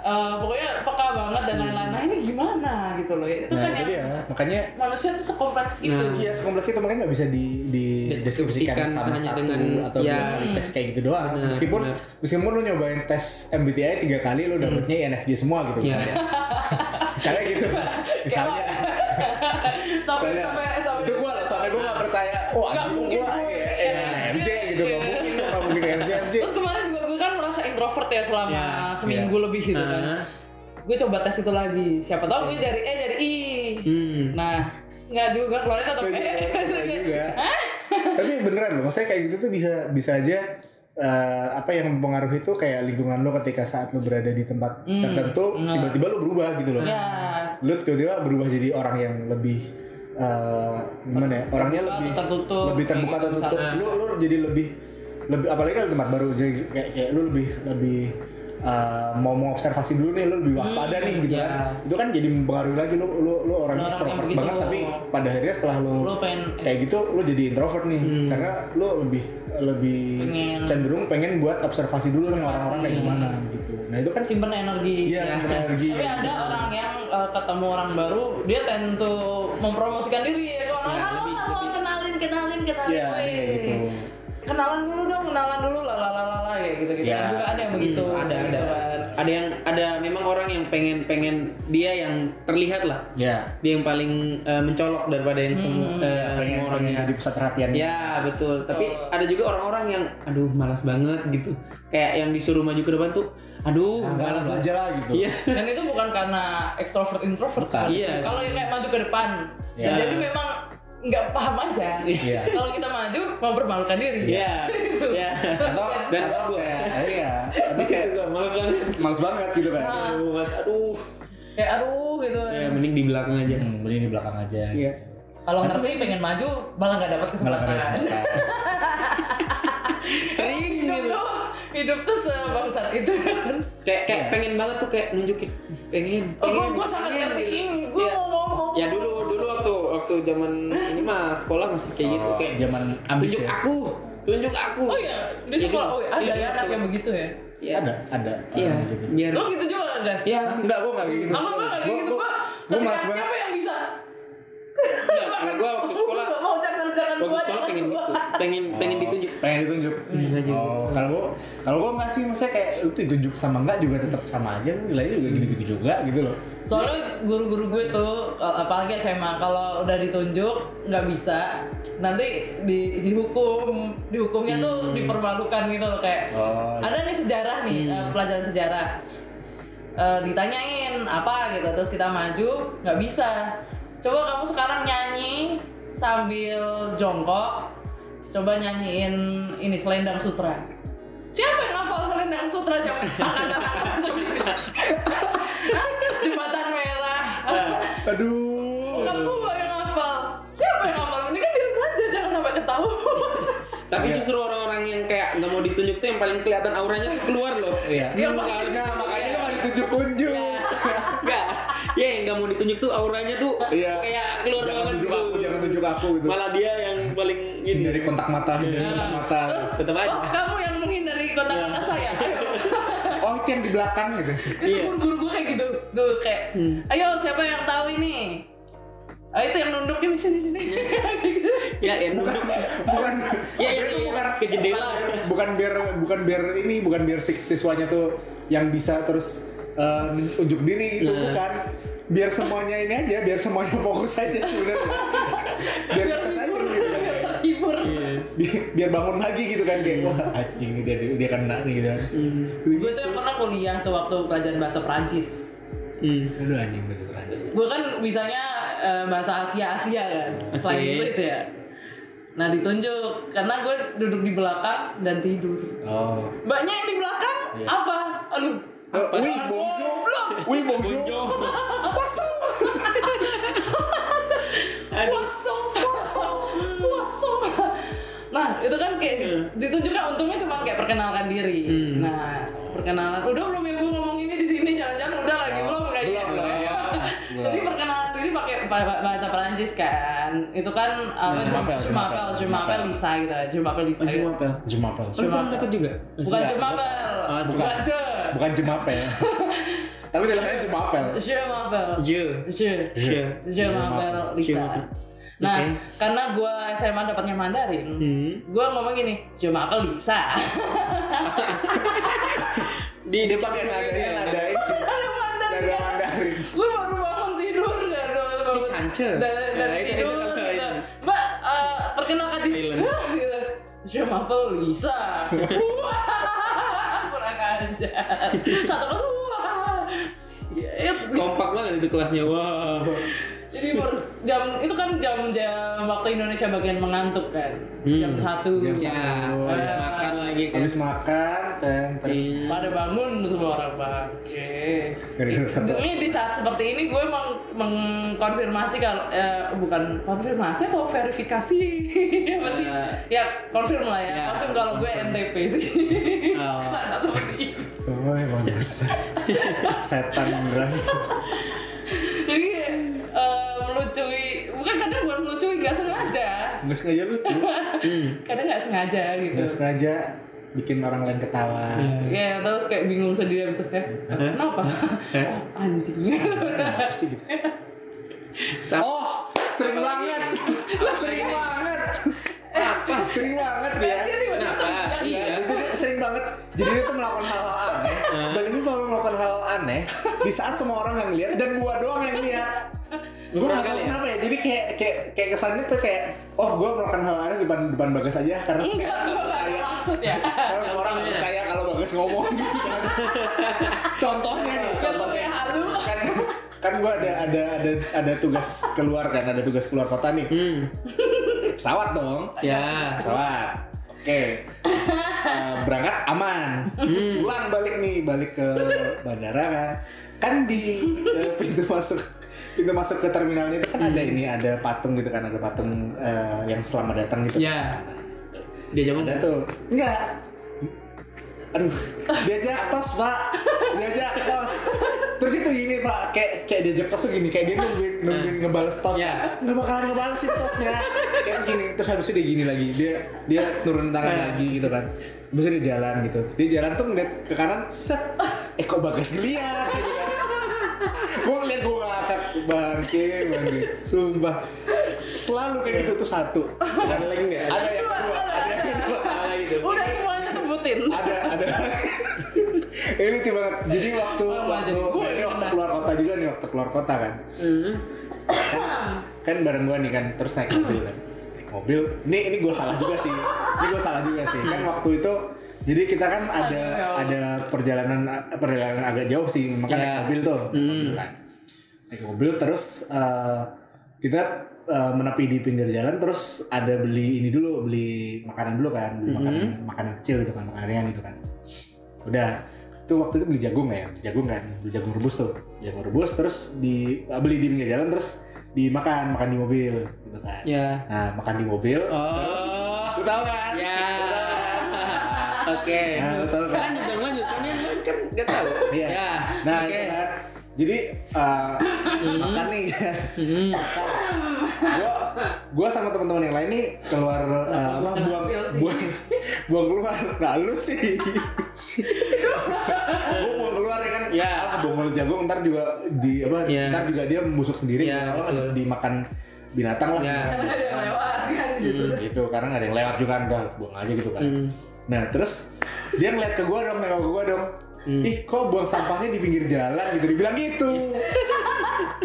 S1: eh, pokoknya peka banget dan lain-lain nah ini gimana gitu loh itu
S2: nah
S1: kan
S2: itu
S1: yang
S2: dia makanya
S1: manusia tuh sekompleks gitu. itu
S3: Nah.
S2: Iya, sekompleks itu makanya nggak bisa di, di
S3: Deskripsikan
S2: deskripsikan sama
S3: hanya
S2: satu
S3: dengan-
S2: atau
S3: ya.
S2: dua kali tes kayak gitu doang.
S3: Benar,
S2: meskipun
S3: benar. Hmm.
S2: meskipun lu nyobain tes MBTI tiga kali lu dapetnya INFJ semua gitu
S3: Iya.
S2: misalnya. (laughs) misalnya
S3: (laughs)
S2: gitu. Misalnya.
S1: (laughs) sampai
S2: misalnya
S1: sampai sampai
S2: itu gua sampai gua nggak percaya. Oh,
S1: Nggak
S2: anjing
S1: mungkin
S2: gua
S1: gua
S2: INFJ gitu nggak
S1: INFJ.
S2: mungkin nggak mungkin INFJ.
S1: Terus kemarin juga gue kan merasa introvert ya selama
S3: Ya,
S1: seminggu lebih gitu kan.
S3: Nah,
S1: Gue coba tes itu lagi. Siapa tahu gue dari E dari I.
S3: hmm.
S1: Nah, nggak juga keluarnya tetap E.
S2: Iya juga. Tapi beneran loh, maksudnya kayak gitu tuh bisa bisa aja eh, apa yang mempengaruhi itu kayak lingkungan lo ketika saat lo berada di tempat
S1: Hmm,
S2: tertentu
S1: nah.
S2: tiba-tiba lo berubah gitu loh.
S1: Ya.
S2: Lo tiba-tiba berubah jadi orang yang lebih eh, gimana ya? Orangnya
S1: Terbuka
S2: lebih
S1: atau tertutup,
S2: lebih terbuka
S1: kayak
S2: atau
S1: gitu
S2: tertutup.
S3: misalnya.
S2: Lo lo jadi lebih lebih apalagi kalau tempat baru jadi kayak kayak lo lebih lebih eh, mau mengobservasi dulu nih lo lebih
S1: Hmm,
S2: waspada nih gitu
S3: ya.
S2: kan itu kan jadi mempengaruhi lagi lo lo lo
S1: iya.
S2: orang
S1: Orang yang gitu.
S2: extrovert
S1: begitu.
S2: banget tapi pada akhirnya setelah lo
S1: Lo pengen
S2: kayak gitu lo jadi introvert nih karena lo lebih lebih
S1: Hmm. Pengen-
S2: cenderung pengen buat observasi dulu sama orang-orang kayak
S1: Observasi.
S2: gimana gitu nah itu kan
S1: simpen energi.
S2: iya sumber energi
S1: Tapi ada orang yang eh, ketemu orang baru, dia tentu mempromosikan diri ya. Kalau orang halo,
S3: lebih-
S1: halo, kenalin, kenalin, kenalin.
S2: iya
S1: woi."
S2: kayak gitu
S1: Kenalan dulu dong, kenalan dulu lah, lah, lah, lah, lah, kayak gitu gitu.
S2: Ya.
S1: Juga ada yang begitu. gitu
S3: ada ada
S1: kan.
S3: ada yang ada memang orang yang pengen pengen dia yang terlihat lah
S2: ya
S3: dia yang paling eh, mencolok daripada yang
S2: Iya,
S3: semua eh,
S2: pengen,
S3: semua
S2: pengen
S3: orangnya
S2: jadi pusat perhatian
S3: ya betul tapi ada juga orang-orang yang aduh malas banget gitu kayak yang disuruh maju ke depan tuh aduh
S2: nggak
S3: malas
S2: harus aja lah gitu
S3: iya
S1: dan itu bukan karena extrovert introvert kan
S3: Iya.
S1: kalau yang kayak maju ke depan
S2: Iya.
S1: jadi memang nggak paham aja
S2: Iya.
S1: kalau kita maju mempermalukan diri
S3: iya iya
S2: atau
S3: Dan-
S2: atau kayak iya atau kayak
S3: Juga malas banget
S2: males banget gitu kan
S3: aduh mas- aduh
S1: kayak aduh gitu
S3: ya mending di belakang aja
S2: hmm, beli di belakang aja
S3: iya
S1: kalau ngerti pengen maju malah nggak dapat
S2: Malah
S1: kesempatan (laughs)
S2: nggak ada.
S3: sering
S1: hidup
S3: gitu
S1: tuh hidup tuh sebangsat
S3: (laughs)
S1: itu kan
S3: kayak kayak pengen banget tuh kayak nunjukin pengen
S1: oh gue
S3: pengen,
S1: gue sangat
S3: pengen,
S1: ngerti
S3: gitu.
S1: ini gue
S3: Iya.
S1: mau ngomong
S3: ya dulu dulu waktu waktu zaman ini mah sekolah masih kayak gitu
S2: Oh,
S3: kayak
S2: zaman ambis
S3: tunjuk
S2: ya
S3: aku tunjuk aku
S1: oh iya di
S3: Iya,
S1: sekolah oh iya, ada
S3: iya,
S1: ya anak
S3: betul.
S1: yang begitu ya
S3: Iya.
S2: ada ada orang
S3: iya
S2: gitu
S3: biar
S1: lo gitu juga nggak guys
S3: iya
S2: enggak gue nggak kayak gitu
S1: apa gue nggak kayak gitu gue
S2: gue
S1: ketika
S2: malas banget
S1: siapa yang bisa
S3: enggak kalau Iya, gua waktu
S1: Gua
S3: sekolah
S1: nggak mau jangan jangan
S3: waktu
S1: gua,
S3: sekolah
S1: jangan
S3: pengen
S1: gua.
S3: gitu pengen pengen
S2: Oh.
S3: ditunjuk
S2: pengen ditunjuk
S3: ditunjuk.
S2: oh kalau gua kalau gua nggak sih maksudnya kayak lu ditunjuk sama enggak juga tetap sama aja lu nilainya juga gitu gitu juga gitu loh
S1: Soalnya guru-guru gue tuh eh, apalagi SMA kalau udah ditunjuk nggak bisa nanti di dihukum dihukumnya tuh dipermalukan gitu loh kayak
S2: oh
S1: ada nih sejarah nih
S3: Hmm.
S1: eh, pelajaran sejarah Eh, ditanyain apa gitu terus kita maju nggak bisa coba kamu sekarang nyanyi sambil jongkok coba nyanyiin ini selendang sutra siapa yang hafal selendang sutra
S3: (laughs)
S1: zaman angkatan-angkatan segini? Hah? jembatan merah
S2: aduh
S1: kamu yang hafal siapa yang hafal ini kan biar aja jangan sampai ketahuan
S3: tapi
S2: Iya.
S3: justru orang-orang yang kayak nggak mau ditunjuk tuh yang paling kelihatan auranya tuh keluar loh
S2: iya
S3: Iya,
S2: Lu-
S3: makanya-
S2: nah makanya lu nggak ditunjuk tunjuk
S3: enggak ya yang nggak mau ditunjuk tuh auranya tuh
S2: Iya.
S3: kayak keluar
S2: jangan
S3: banget
S2: tunjuk
S3: gitu.
S2: aku jangan tunjuk aku gitu
S3: malah Iya. dia yang paling ini
S2: hindari kontak mata hindari kontak mata gitu.
S3: tetap aja Ya.
S1: oh kamu yang menghindari kota-kota saya
S2: oh itu yang di belakang gitu
S1: itu guru-guru gue kayak gitu tuh kayak
S2: Hmm.
S1: ayo siapa yang tahu ini Ah, itu yang nunduk ini sini sini
S2: Iya.
S1: (laughs) Gitu.
S3: ya yang duduk
S2: bukan
S3: Ya, ya,
S2: itu
S3: ya,
S2: bukan
S3: ke jendela.
S2: bukan biar bukan biar ini bukan biar si- siswanya tuh yang bisa terus uh, unjuk diri
S3: Iya.
S2: itu bukan biar semuanya ini aja biar semuanya fokus aja sebenarnya biar kita aja
S1: terhibur
S2: gitu kan.
S1: biar terhibur
S3: Iya.
S2: Bi- biar bangun lagi gitu kan kayak wah anjing ini dia dia kena nih gitu kan
S1: gue tuh yang pernah kuliah tuh waktu pelajaran bahasa Prancis
S3: hmm.
S2: aduh anjing bener anjing
S1: gue kan bisanya eh, bahasa Asia Asia kan selain
S3: Oke.
S1: Inggris ya nah ditunjuk karena gue duduk di belakang dan tidur
S2: oh
S1: banyak yang di belakang
S2: Iya.
S1: apa aduh
S3: Apa?
S2: Wih, bonjour. Wih, bonjour.
S3: Bonjour.
S2: Kosong.
S1: kosong kosong kosong nah itu kan kayak ditunjukkan untungnya cuma kayak perkenalkan diri.
S3: Iya. Hmm.
S1: Nah, perkenalan. Udah belum ya gue ngomong ini di sini jangan-jangan udah
S3: Oh,
S1: lagi belum kayaknya.
S2: Belum,
S3: ya.
S2: belum.
S1: (laughs) Tapi perkenalan diri pakai ba- ba- bahasa Perancis kan. Itu kan apa
S2: Jumapel,
S1: Jumapel,
S2: Jumapel,
S1: Jumapel, Jumapel Lisa gitu. Jumapel Lisa.
S2: Iya.
S1: gitu.
S3: Hmm. Jumapel.
S2: Jumapel.
S3: Oh, lu
S2: Iya.
S3: pernah dapet juga?
S1: Bukan
S2: Enggak,
S1: Jumapel.
S3: Ah, bukan.
S1: Bukan Je.
S2: Bukan Jemapel. Tapi tulisannya Jemapel.
S1: Jumapel.
S3: Je.
S1: Je.
S3: Je.
S1: Jumapel Lisa.
S3: Jumapel.
S1: Nah,
S3: Oke.
S1: karena gue SMA dapatnya Mandarin,
S3: Hmm.
S1: gue ngomong gini, Jumapel Lisa.
S3: Di
S2: Dia pakai nada ya nada ini. Nada
S1: (laughs)
S2: Mandarin.
S1: gue baru bangun tidur nggak ada
S3: Di cance.
S1: dari dari
S3: Nah, itu- itu
S1: tidur
S3: kalau
S1: gitu.
S3: ini.
S1: mbak eh, perkenalkan diri
S3: Thailand.
S1: Hah, (laughs) gitu Siapa apel Lisa wah kurang aja satu kelas wah Ya, ya.
S3: Kompak banget itu kelasnya. Wah.
S1: jadi baru- jam itu kan jam jam waktu Indonesia bagian mengantuk kan
S3: Hmm.
S1: jam satu
S2: Jam
S1: Ya.
S2: satu.
S3: Ya,
S2: Oh,
S3: habis
S1: iya.
S3: makan lagi kan.
S2: Habis makan kan terus
S3: Iya.
S1: pada bangun semua orang bang Oke.
S2: gara-gara satu.
S1: Demi di saat seperti ini gue meng- mengkonfirmasi kalau eh, bukan konfirmasi atau verifikasi (laughs) apa sih?
S3: Eh.
S1: ya konfirm lah ya,
S3: Ya,
S1: konfirm kalau gue
S3: konfirm.
S1: NTP sih. (laughs)
S3: Oh.
S1: saat satu sih.
S2: Oh, emang dasar. Setan beneran.
S1: Jadi eh, melucui, bukan kadang bukan melucui nggak sengaja,
S2: Nggak sengaja lucu.
S1: (laughs) kadang nggak sengaja gitu.
S2: Nggak sengaja bikin orang lain ketawa.
S3: Iya.
S1: Ya terus kayak bingung sendiri abis itu "Eh, kenapa?
S3: Eh?
S1: Oh, anjing.
S2: Kenapa
S1: (laughs)
S2: sih gitu?
S3: Sa-
S2: Oh, sering banget. sering banget. Apa? Sering banget ya.
S1: Dia tiba-tiba
S3: Kenapa?
S1: terjadi.
S3: Iya.
S2: Ya, itu dia sering banget. Jadi dia tuh melakukan hal-hal aneh. Dan itu selalu melakukan hal aneh di saat semua orang yang lihat dan gua doang yang lihat. Gua gak
S3: Beberapa
S2: tau
S3: kali ya?
S2: kenapa ya. Jadi kayak kayak kayak kesannya tuh kayak oh gua melakukan hal aneh di depan depan bagas aja karena
S3: Iya,
S2: semua
S1: Enggak, gue
S2: orang
S1: nggak ada
S2: percaya.
S1: maksud ya.
S2: Karena semua orang
S3: Contohnya.
S2: percaya kalau bagas ngomong gitu kan. Contohnya nih,
S1: Coba
S2: contohnya
S1: kayak halu.
S2: kan kan gua ada ada ada ada tugas keluar kan ada tugas keluar kota nih
S3: Hmm.
S2: pesawat dong
S3: Ya.
S2: pesawat oke Eh, berangkat aman pulang balik nih balik ke bandara kan kan di eh, pintu masuk pintu masuk ke terminalnya itu kan ada ini ada patung gitu kan ada patung eh, yang selamat datang gitu
S3: Ya. Dia jaman
S2: ada tuh enggak aduh diajak tos pak diajak tos terus itu gini pak kayak kayak diajak tos tuh gini kayak dia nungguin nungguin ngebales tos
S3: Ya.
S2: nggak bakalan ngebales sih tosnya kayak terus gini terus habis itu dia gini lagi dia dia turun tangan lagi gitu kan habis itu dia jalan gitu dia jalan tuh ngeliat ke kanan set eh kok bagas ngeliat gitu kan gue ngeliat gue ngakak bangke bangke sumpah selalu kayak gitu tuh satu
S3: Ada lagi nggak?
S2: ada yang kedua ada yang kedua
S3: Ada gitu.
S1: Udah semuanya sebutin.
S2: ada ada (laughs) ini lucu banget jadi waktu
S1: Oh,
S2: waktu
S1: jadi gue
S2: ini
S1: yang
S2: waktu
S1: kena.
S2: keluar kota juga nih waktu keluar kota kan
S3: Hmm.
S2: kan bareng gue nih kan terus naik mobil kan naik mobil ini ini gue salah juga sih ini gue salah juga sih kan waktu itu jadi kita kan ada
S1: Aduh, ya Allah.
S2: ada perjalanan perjalanan agak jauh sih makanya
S3: Ya.
S2: naik mobil tuh
S3: Hmm.
S2: kan naik mobil terus eh, kita eh, menepi di pinggir jalan terus ada beli ini dulu beli makanan dulu kan beli makanan makanan kecil gitu kan makanan ringan gitu kan udah itu waktu itu beli jagung ya beli jagung kan beli jagung rebus tuh jagung rebus terus di eh, beli di pinggir jalan terus dimakan makan di mobil gitu kan
S3: Ya.
S2: nah makan di mobil terus
S3: Oh.
S2: lu tahu kan
S3: Ya.
S2: Lu tahu
S3: (laughs)
S2: kan?
S3: Oke.
S2: Nah, lu tahu kan?
S3: Lanjut dong, lanjut. Karena lu kan nggak tahu.
S2: Iya.
S3: Ya.
S2: nah
S3: Oke.
S2: itu kan jadi eh, makan nih (laughs)
S3: Hmm.
S2: gua gua sama teman-teman yang lain nih keluar eh, apa
S1: Kenapa
S2: buang
S1: sih?
S2: buang buang keluar nah lu sih gua buang keluar ya kan
S3: Ya.
S2: alah bongol jagung ntar juga di apa
S3: Ya.
S2: ntar juga dia membusuk sendiri
S3: Ya,
S2: kalau
S3: betul.
S2: dimakan binatang lah
S3: Ya.
S1: Karena ada yang lewat kan gitu.
S2: gitu karena nggak ada yang lewat juga kan udah buang aja gitu kan
S3: Hmm.
S2: nah terus dia ngeliat ke gua dong nengok ke gua dong
S3: Hmm.
S2: ih kok buang sampahnya di pinggir jalan gitu dibilang
S3: (laughs)
S2: gitu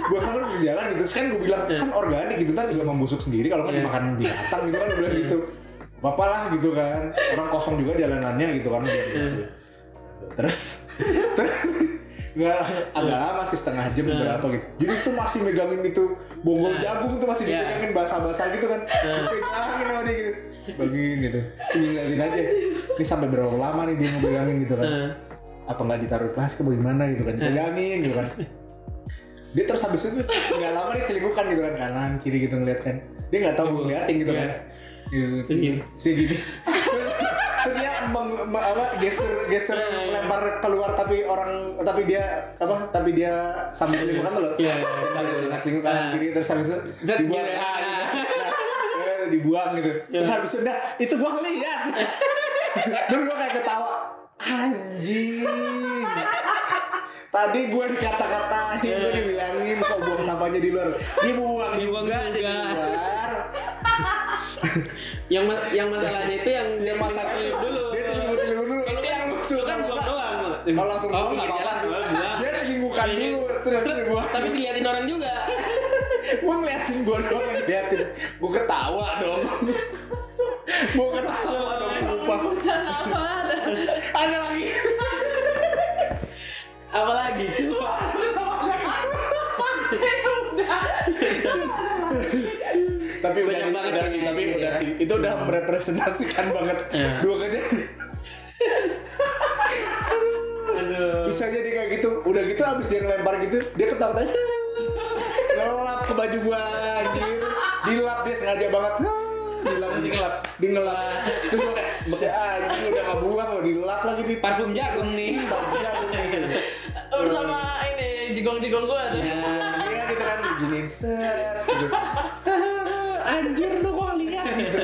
S2: buang sampah di pinggir jalan gitu terus kan gue bilang kan organik gitu ntar juga membusuk sendiri kalau kan
S3: Hmm. Iya.
S2: dimakan binatang gitu kan gua bilang gitu apa lah gitu kan orang kosong juga jalanannya gitu kan gua bilang
S3: Hmm.
S2: gitu. terus (laughs) terus nggak agak lama sih setengah jam
S3: Hmm.
S2: berapa gitu jadi tuh masih megangin itu bonggol jagung tuh masih
S3: Iya.
S2: dipegangin basah-basah gitu kan
S3: Nah.
S2: dipegangin sama dia gitu begini gitu tinggalin aja ini sampai berapa lama nih dia ngepegangin gitu kan
S3: Eh.
S2: apa nggak ditaruh di plastik apa gimana gitu kan
S3: Nah.
S2: dipegangin gitu kan dia terus habis itu nggak lama dia celingkukan gitu kan kanan kiri gitu ngeliat kan dia nggak tahu gue ngeliatin gitu kan Gitu.
S3: Iya. Terus gini.
S2: Terus dia gini. Terus dia meng- ma- apa, geser geser
S3: Nah.
S2: lempar keluar tapi orang tapi dia apa tapi dia sambil selingkuh kan tuh loh.
S3: Iya, iya, iya.
S2: Sambil celak selingkuh kanan
S3: Ah.
S2: kiri terus habis itu
S3: Zat
S2: dibuang.
S3: gitu ya.
S2: Ah, gitu.
S3: (laughs)
S2: Nah, eh, dibuang gitu. Terus habis itu nah itu gua
S3: (laughs)
S2: ngeliat. Terus gua kayak ketawa. Anjing. Tadi gua dikata-katain,
S3: Ya.
S2: gua dibilangin kok buang sampahnya di luar. Dia buang,
S3: Dibuang
S2: juga, di
S3: juga.
S2: luar.
S3: yang ma- yang masalahnya itu yang dia
S2: Yang
S3: masak
S2: masalah
S3: dulu
S2: Dia celingkuh-celingkuh dulu.
S3: kalau
S2: Itu
S3: kan
S2: yang lucu.
S3: lu kan
S2: Kalau
S3: buang
S2: nggak-
S3: doang
S2: Kalau langsung
S3: oh
S2: buang nggak
S3: pinggir
S2: apa-apa.
S3: jalan sebelum buang
S2: Dia celingkukan
S3: Iya.
S2: dulu, terus
S3: Terus,
S2: dibuang.
S3: tapi diliatin orang juga
S2: Gua ngeliatin gua doang yang ngeliatin. Gua ketawa dong. Gua ketawa dong sumpah.
S1: Hujan apa ada?
S2: Ada lagi.
S3: apalagi coba
S2: Tapi udah,
S3: Banyak banget
S2: udah
S3: yang
S2: sih,
S3: kayak
S2: tapi
S3: gini
S2: udah
S3: ya.
S2: sih. Itu udah merepresentasikan banget
S3: Iya.
S2: dua kejadian.
S3: aduh
S2: Bisa jadi kayak gitu. Udah gitu abis dia ngelempar gitu, dia ketawa-tawa. Ngelap ke baju gua anjir. Dilap dia sengaja banget. Dilap
S3: Terus digelap.
S2: Dingelap. Terus gua kayak bekas anjing udah nggak buang loh dilap lagi di
S3: parfum jagung nih
S2: Iya, gini.
S1: Bersama ini jigong-jigong gue tuh.
S3: Nah,
S2: Iya gitu kan giniin set gitu. Anjir lu kok lihat gitu.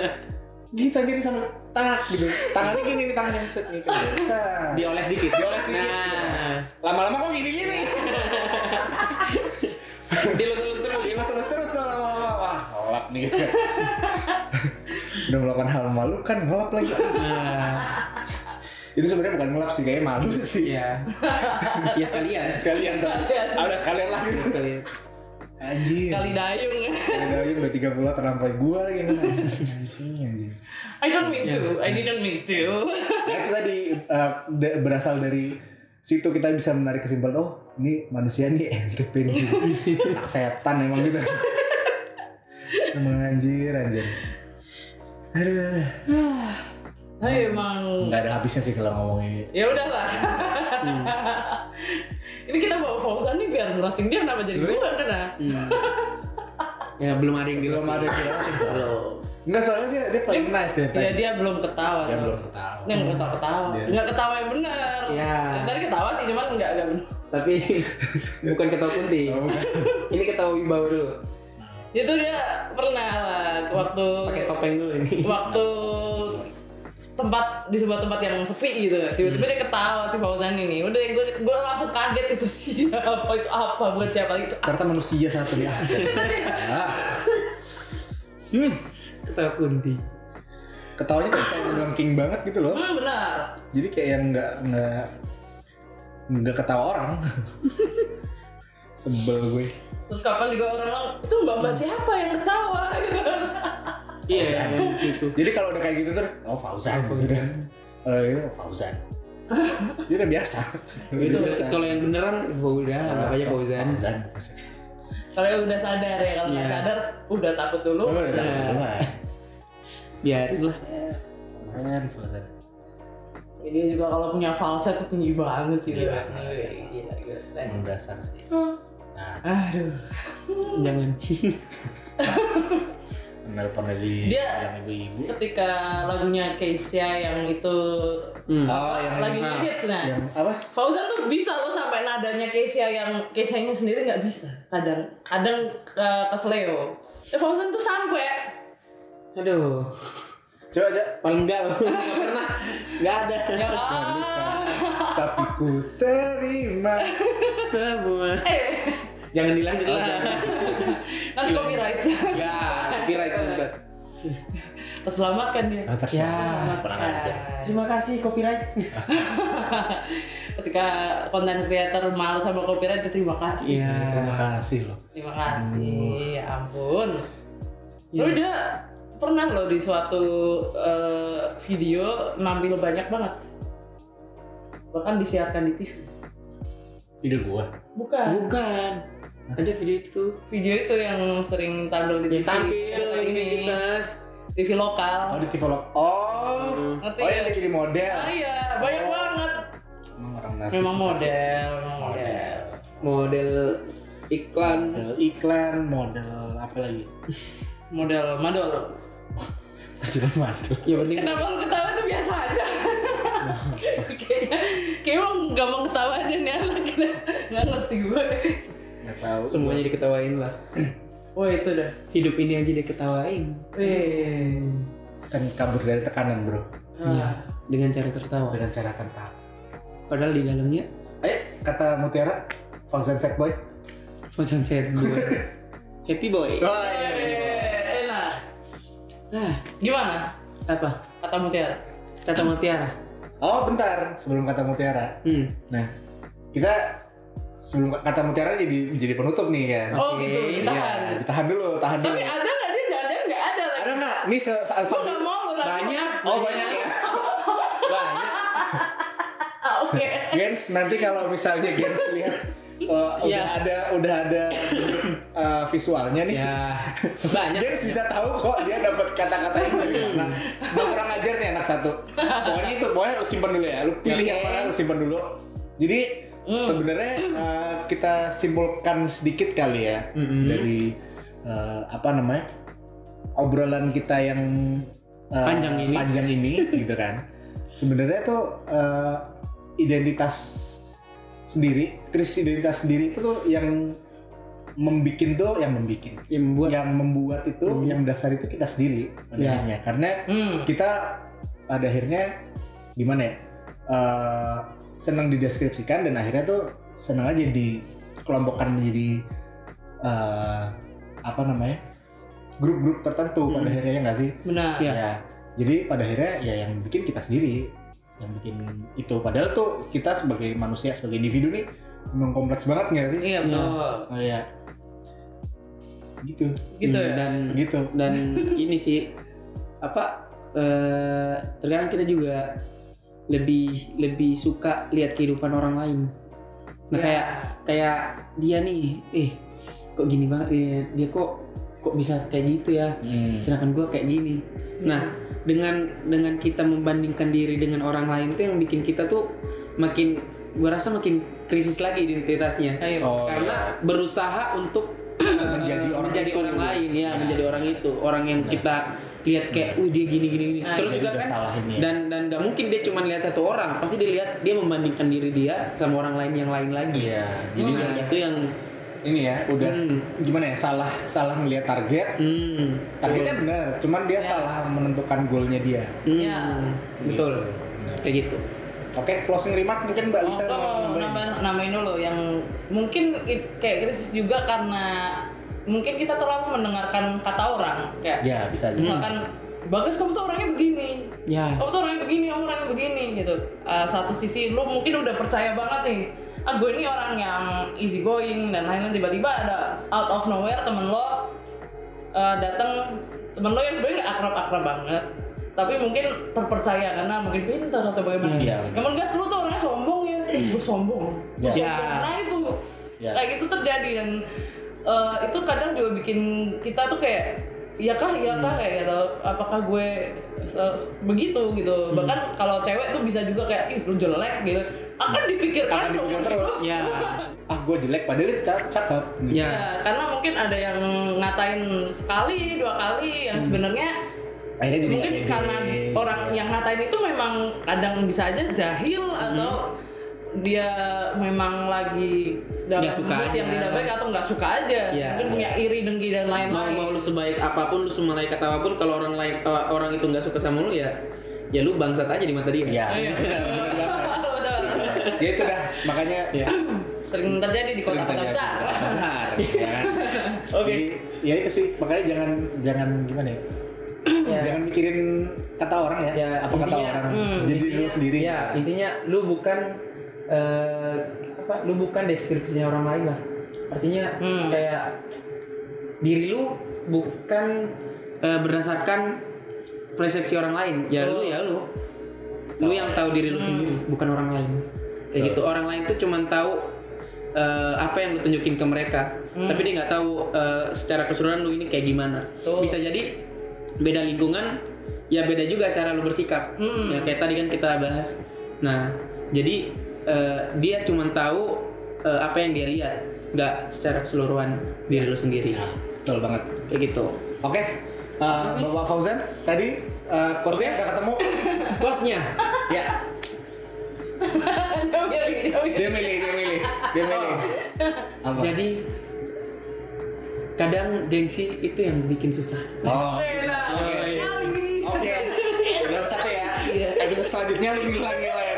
S2: Gitu aja nih sama tak gitu. Tangannya gini nih tangannya set nih kan. Set.
S3: dioles dikit
S2: Dioles dikit.
S3: nah
S2: Lama-lama kok gini-gini.
S3: dilus-lus terus
S2: Ini terus terus tuh lama-lama. Wah, ngelap nih. Udah melakukan hal malu kan ngelap lagi.
S3: nah
S2: Itu sebenarnya bukan ngelap sih, kayaknya malu sih.
S3: ya ya sekalian
S2: Sekalian tuh. Ah, udah sekalian lah.
S3: sekalian
S2: Anjir.
S1: Kali dayung.
S2: Udah aja udah tiga puluh terlampaui gua lagi kan. Anjing anjing.
S1: I don't mean
S2: Iya.
S1: to. I didn't mean to.
S2: Ya itu tadi eh, da- berasal dari situ kita bisa menarik kesimpulan oh ini manusia nih (laughs) entertain gitu. Anak setan emang gitu. emang anjir anjir. Aduh,
S1: Tapi
S2: Iya.
S1: emang
S2: nggak ada habisnya sih kalau ngomongin ini.
S1: ya udahlah.
S2: Hmm.
S1: Ini kita bawa Fauzan nih biar roasting dia kenapa jadi gue yang kena?
S3: Hmm. ya belum ada yang dilus
S2: Belum ada jelasin soalnya. Enggak soalnya dia dia paling nice dia.
S1: Ya
S2: paling-
S1: dia belum ketawa.
S2: Dia
S1: tuh.
S2: belum tahu.
S1: Ini nggak ketawa-ketawa.
S2: Dia- Iya.
S1: Nggak ketawa yang benar.
S3: Ya.
S1: Tadi ketawa sih cuman nggak nggak benar.
S3: tapi (laughs) bukan ketawa kunti
S2: Oh, bukan.
S3: ini ketawa wibawa dulu
S1: Itu dia pernah lah waktu
S3: pakai topeng dulu ini
S1: waktu tempat di sebuah tempat yang sepi gitu tiba-tiba dia ketawa si Fauzan ini udah gue gue langsung kaget itu siapa itu (laughs) apa buat siapa itu
S2: Ternyata manusia satu (laughs) ya. Ah. Hmm,
S3: ketawa kunti
S2: ketawanya tuh kayak bilang king banget gitu loh.
S1: hmm benar
S2: jadi kayak yang nggak nggak nggak ketawa orang
S3: (laughs)
S2: sebel gue
S1: terus kapan juga orang bilang itu mbak mbak siapa yang ketawa (laughs)
S3: iya itu
S2: jadi kalau udah kayak gitu tuh oh Fauzan gitu kalau gitu oh, Fauzan dia udah biasa Dia
S3: (laughs) itu Gitu, ah. kalau yang beneran oh, udah anggap aja Fauzan
S2: Fauzan
S1: kalau yang udah sadar ya kalau nggak
S3: Iya.
S1: sadar udah takut dulu
S2: Lu udah kan? takut
S3: Iya.
S2: duluan
S3: biarin lah
S2: Eh, Fauzan Fauzan
S1: Ya, dia juga kalau punya falset tuh tinggi banget gitu
S2: Iya.
S1: Iya, gila, gila.
S2: emang dasar sih nah
S1: aduh
S3: jangan
S2: nelpon dari
S1: Dia-
S2: yang ibu-ibu
S1: ketika lagunya Keisha yang itu
S3: Hmm.
S2: Oh, yang-
S1: lagunya
S2: ah,
S1: hits nah
S2: yang apa
S1: Fauzan tuh bisa loh sampai nadanya Keisha yang Keisha-nya sendiri nggak bisa kadang kadang uh, kesleo eh, Fauzan tuh sampai
S3: aduh
S2: coba aja
S3: paling enggak loh enggak pernah enggak ada
S1: ya ah.
S2: tapi ku
S3: (laughs)
S2: terima
S3: semua Oh, jangan dilanjut lah
S1: Eh, nanti copyright
S3: ya copyright copyright.
S1: terselamatkan dia
S2: Ah, terserah.
S3: Ya.
S2: kurang ajar
S3: terima kasih copyright
S1: ketika konten creator malu sama copyright terima kasih
S3: iya
S2: terima kasih loh
S1: terima kasih ya ampun
S3: Iya.
S1: lu udah pernah loh di suatu uh, video nampil banyak banget bahkan disiarkan di TV
S2: ide gua
S1: bukan
S3: bukan ada video itu
S1: video itu yang sering tampil di
S3: yang
S1: TV
S3: tampil
S1: Yang
S3: ini kita
S1: TV
S2: oh
S1: lokal
S2: di Tivolog oh
S1: ngerti
S2: oh
S1: ya?
S2: yang dia jadi model
S1: Ah, iya banyak banget
S2: emang orang narsis
S1: memang model memang model
S2: model
S3: model iklan
S2: model iklan model apa lagi
S1: model madol
S2: (laughs) Sudah mantul.
S3: ya penting
S1: Kenapa lu ketawa tuh biasa aja. kayaknya kayaknya emang gampang ketawa aja nih anak nggak ngerti gue.
S2: Nggak tahu.
S3: semuanya diketawain lah
S1: Wah itu dah.
S3: hidup ini aja diketawain
S1: Wih.
S2: Kan kabur dari tekanan bro.
S3: ya dengan cara tertawa
S2: Dengan cara tertawa.
S3: padahal di dalamnya
S2: Ayo kata Mutiara. Fauzan Sad Boy.
S3: Fauzan Said gue (laughs) happy
S1: Iya,
S3: boy
S2: Oh,
S1: Eh, enak.
S3: nah
S1: Gimana?
S3: apa
S1: Kata Mutiara.
S3: kata Mutiara
S2: Oh bentar sebelum kata Mutiara.
S3: hmm.
S2: Nah kita sebelum kata Mutiara jadi jadi penutup nih kan.
S1: Oh
S3: Oke,
S1: gitu, ditahan.
S2: Iya, ditahan dulu, tahan dulu.
S1: Tapi ada nggak dia jangan-jangan nggak ada lagi?
S2: Ada nggak? Nih se- se-
S1: Gue
S2: se-
S1: nggak mau lah.
S3: banyak
S2: Oh banyak ya.
S3: (laughs) banyak
S1: Ah, Oke.
S2: Gens nanti kalau misalnya Gens
S3: (laughs)
S2: lihat uh, udah
S3: Iya.
S2: ada udah ada uh, visualnya nih.
S3: ya banyak
S2: Gens bisa tahu kok dia dapat kata-kata yang dari mana. Nggak kurang ajar nih anak satu. Pokoknya itu pokoknya lu simpan dulu ya. Lu pilih
S3: Oke. Hmm.
S2: yang mana lu simpan dulu. Jadi sebenarnya uh, kita simpulkan sedikit kali ya
S3: Mm-mm.
S2: dari uh, apa namanya obrolan kita yang uh,
S3: Panjang ini.
S2: panjang
S3: (laughs)
S2: ini gitu kan. Sebenarnya tuh uh, identitas sendiri, krisis identitas sendiri itu tuh yang membikin tuh yang membikin
S3: yang membuat
S2: yang membuat itu
S3: Hmm.
S2: yang dasar itu kita sendiri pada
S3: Ya.
S2: akhirnya karena
S1: Hmm.
S2: kita pada akhirnya gimana ya eh, senang dideskripsikan dan akhirnya tuh senang aja dikelompokkan menjadi eh, apa namanya grup-grup tertentu pada
S3: Hmm.
S2: akhirnya ya nggak sih
S1: Benar.
S3: Iya.
S2: ya jadi pada akhirnya ya yang bikin kita sendiri yang bikin itu padahal tuh kita sebagai manusia sebagai individu nih memang kompleks banget nggak sih
S1: Iya betul.
S2: oh, ya gitu
S1: Gitu
S3: Hmm,
S1: ya.
S3: dan
S2: gitu
S3: dan ini sih apa eh terkadang kita juga lebih lebih suka lihat kehidupan orang lain nah
S1: Ya.
S3: kayak kayak dia nih eh kok gini banget dia, dia kok kok bisa kayak gitu ya
S2: Hmm.
S3: sedangkan gua kayak gini nah dengan dengan kita membandingkan diri dengan orang lain tuh yang bikin kita tuh makin gua rasa makin krisis lagi identitasnya
S1: Ayo.
S2: Oh,
S3: karena berusaha untuk eh,
S2: Menjadi orang
S3: menjadi
S2: itu.
S3: orang lain ya,
S2: Ya.
S3: menjadi orang itu orang yang
S2: Ya.
S3: kita lihat kayak
S2: Ya.
S3: uh dia gini gini gini
S1: Nah,
S3: terus
S2: Jadi
S3: juga
S2: udah
S3: kan
S2: salah ini ya.
S3: dan dan nggak mungkin dia cuma lihat satu orang pasti dia lihat dia membandingkan diri dia sama orang lain yang lain lagi
S2: Iya, jadi
S3: Nah,
S2: udah
S3: itu yang
S2: ini ya udah
S3: hmm,
S2: gimana ya salah salah ngelihat target
S3: hmm,
S2: targetnya benar cuman
S3: Iya.
S2: dia salah menentukan goalnya dia
S3: hmm,
S1: Ya.
S2: Gitu.
S3: betul
S2: Benar.
S3: kayak gitu
S2: oke closing remark mungkin mbak Lisa
S1: Aku
S2: mau
S1: mau
S2: nambahin.
S1: nambah, nambahin dulu yang mungkin i- kayak krisis juga karena mungkin kita terlalu mendengarkan kata orang
S3: Hmm.
S1: kayak
S2: ya bisa aja
S1: misalkan bagus kamu tuh orangnya begini
S3: ya
S1: kamu tuh orangnya begini kamu orangnya begini gitu Eh, satu sisi lu mungkin udah percaya banget nih ah gue ini orang yang easy going dan lain-lain tiba-tiba ada out of nowhere temen lo eh, datang temen lo yang sebenarnya nggak akrab-akrab banget tapi mungkin terpercaya karena mungkin pintar atau bagaimana
S2: Iya.
S1: Emang gas lu tuh orangnya sombong ya? Eh, gue sombong. Gua
S2: Ya.
S1: sombong. Nah itu
S2: Ya.
S1: kayak gitu terjadi dan eh, itu kadang juga bikin kita tuh kayak ya kah ya kah
S2: Hmm.
S1: kayak gitu apakah gue se- se- begitu gitu
S2: Hmm.
S1: bahkan kalau cewek tuh bisa juga kayak ih lu jelek gitu akan dipikirkan
S2: Hmm. Akan dipikirkan terus.
S1: Iya.
S3: ya
S2: ah gue jelek padahal itu ca- cakep gitu.
S3: ya
S1: karena mungkin ada yang ngatain sekali dua kali
S2: Hmm.
S1: yang sebenarnya
S2: akhirnya jadi nggak
S3: Iya,
S1: mungkin
S2: pede.
S1: karena orang yang ngatain itu memang kadang bisa aja jahil
S3: Hmm.
S1: atau dia memang lagi dalam
S3: Nggak suka
S1: mood yang
S3: aja.
S1: tidak baik atau nggak suka aja
S3: Iya.
S1: mungkin punya iri dengki dan
S3: mau
S1: lain-lain
S3: mau lu sebaik apapun lu semalaikat apapun kalau orang lain eh, orang itu nggak suka sama lu ya ya lu bangsat aja di mata dia
S2: ya
S1: Iya. (laughs) Betul, betul, betul.
S2: ya itu dah makanya
S3: Ya.
S1: sering terjadi di
S2: sering
S1: kota-kota
S2: terjadi
S1: besar
S2: ya.
S1: (laughs)
S2: benar ya kan?
S3: Oke.
S2: Jadi, ya itu sih makanya jangan jangan gimana ya
S3: Ya.
S2: jangan mikirin kata orang ya,
S3: Ya,
S2: apa kata
S3: intinya,
S2: orang
S1: hmm,
S2: jadi lu
S3: Intinya-
S2: sendiri Nah.
S3: ya intinya lu bukan eh, apa lu bukan deskripsinya orang lain lah artinya
S1: Hmm.
S3: kayak diri lu bukan eh, berdasarkan persepsi orang lain ya
S1: Oh.
S3: lu ya lu lu yang tahu diri lu
S1: Hmm.
S3: sendiri bukan orang lain kayak gitu orang lain tuh cuman tahu eh, apa yang lu tunjukin ke mereka
S1: Hmm.
S3: tapi dia nggak tahu eh, secara keseluruhan lu ini kayak gimana
S1: Betul.
S3: bisa jadi beda lingkungan ya beda juga cara lu bersikap
S1: Hmm.
S3: ya kayak tadi kan kita bahas nah jadi eh, dia cuman tahu eh, apa yang dia lihat nggak secara keseluruhan diri lu sendiri
S2: Ya, betul banget
S3: kayak gitu
S2: oke eh, bapak Fauzan tadi eh, coachnya
S3: Oke.
S2: udah ketemu
S3: (laughs) Bosnya.
S2: ya
S1: Dia milih, dia milih.
S2: dia milih dia milih dia milih Oh. Apa?
S3: Jadi kadang gengsi itu yang bikin susah.
S2: oh
S3: iya,
S1: Bella.
S2: Oke.
S1: Sali.
S2: oke udah satu ya episode selanjutnya lu bilang nilai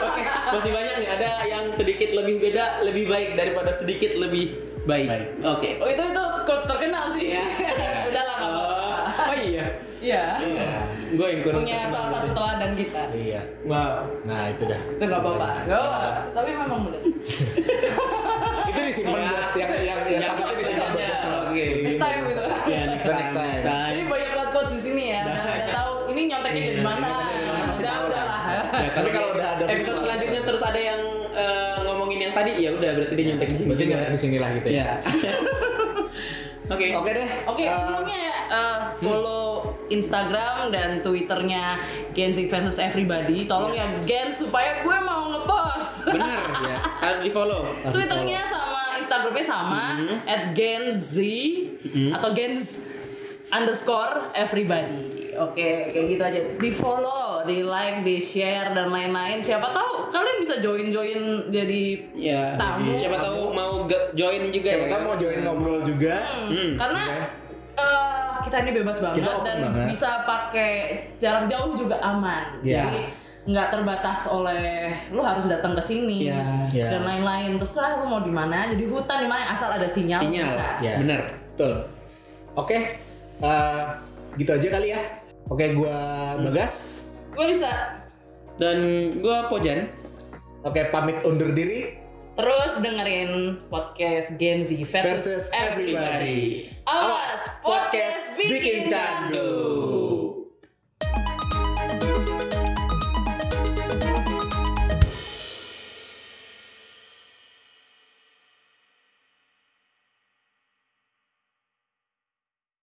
S3: Oke, masih banyak nih. Ada yang sedikit lebih beda, lebih baik daripada sedikit lebih baik.
S2: Baik.
S3: Oke.
S1: Oh itu itu coach terkenal sih.
S3: Iya.
S1: (laughs) Udah lah. nggak apa-apa.
S3: Oh, oh iya,
S1: Iya.
S3: gue yang kurang.
S1: Punya
S3: terkenal
S1: salah satu
S3: berarti.
S1: teladan kita.
S2: iya
S3: Wow.
S2: nah itu dah
S1: Itu nggak apa-apa. Nggak apa-apa. Tapi memang bener.
S2: itu disimpan
S3: Ya.
S2: buat yang yang yang Iya, satu
S3: Iya,
S2: itu disimpan buat
S3: Oke.
S1: Next time gitu.
S3: Ya, Iya, next
S2: The
S3: time.
S2: next time.
S3: next time.
S1: Jadi banyak banget coach di sini ya. Udah, udah tahu ini nyonteknya dari
S3: Iya,
S1: mana.
S3: nyonteknya dari
S2: mana, pasti
S1: Udah
S2: tahu
S1: udah
S2: lah.
S1: lah.
S3: Ya,
S2: Tapi kalau udah ada
S3: episode
S2: visual-
S3: selanjutnya terus ada yang eh, ngomongin yang tadi, ya udah berarti dia nyontek di sini.
S2: Iya, berarti
S3: juga.
S2: nyontek di sini lah gitu (laughs) ya
S3: Ya. Oke.
S2: oke deh
S1: (laughs) Oke,
S2: Eh,
S1: sebelumnya ya, eh, follow Instagram dan Twitternya Genzi versus Everybody. Tolong ya Gen supaya gue mau ngepost.
S3: Benar.
S2: Ya.
S3: Harus di follow.
S2: Harus
S1: Twitternya sama Instagramnya sama at Genz atau Gens underscore everybody. Oke, kayak gitu aja. Di follow, di like, di share dan lain-lain. Siapa tahu kalian bisa join join jadi
S3: Ya.
S1: Tamu.
S3: Siapa tahu mau ge- join juga.
S2: siapa
S3: ya.
S2: tahu mau join ngobrol juga
S1: Hmm, karena eh, kita ini bebas banget
S2: Kita open
S1: dan
S2: banget.
S1: bisa pakai jarak jauh juga aman.
S2: Iya.
S1: Jadi nggak terbatas oleh lu harus datang ke sini
S3: Iya.
S2: Iya.
S1: dan lain-lain. Terserah lu mau di mana, jadi hutan di mana asal ada sinyal.
S3: Sinyal.
S1: bisa.
S2: Ya.
S3: Benar.
S2: Betul. Oke, eh, gitu aja kali ya. Oke, gua Bagas.
S1: Gue bisa
S3: Dan gua Pojan.
S2: Oke, pamit undur diri
S1: terus dengerin podcast Gen Z versus,
S2: versus everybody.
S1: Awas podcast bikin candu.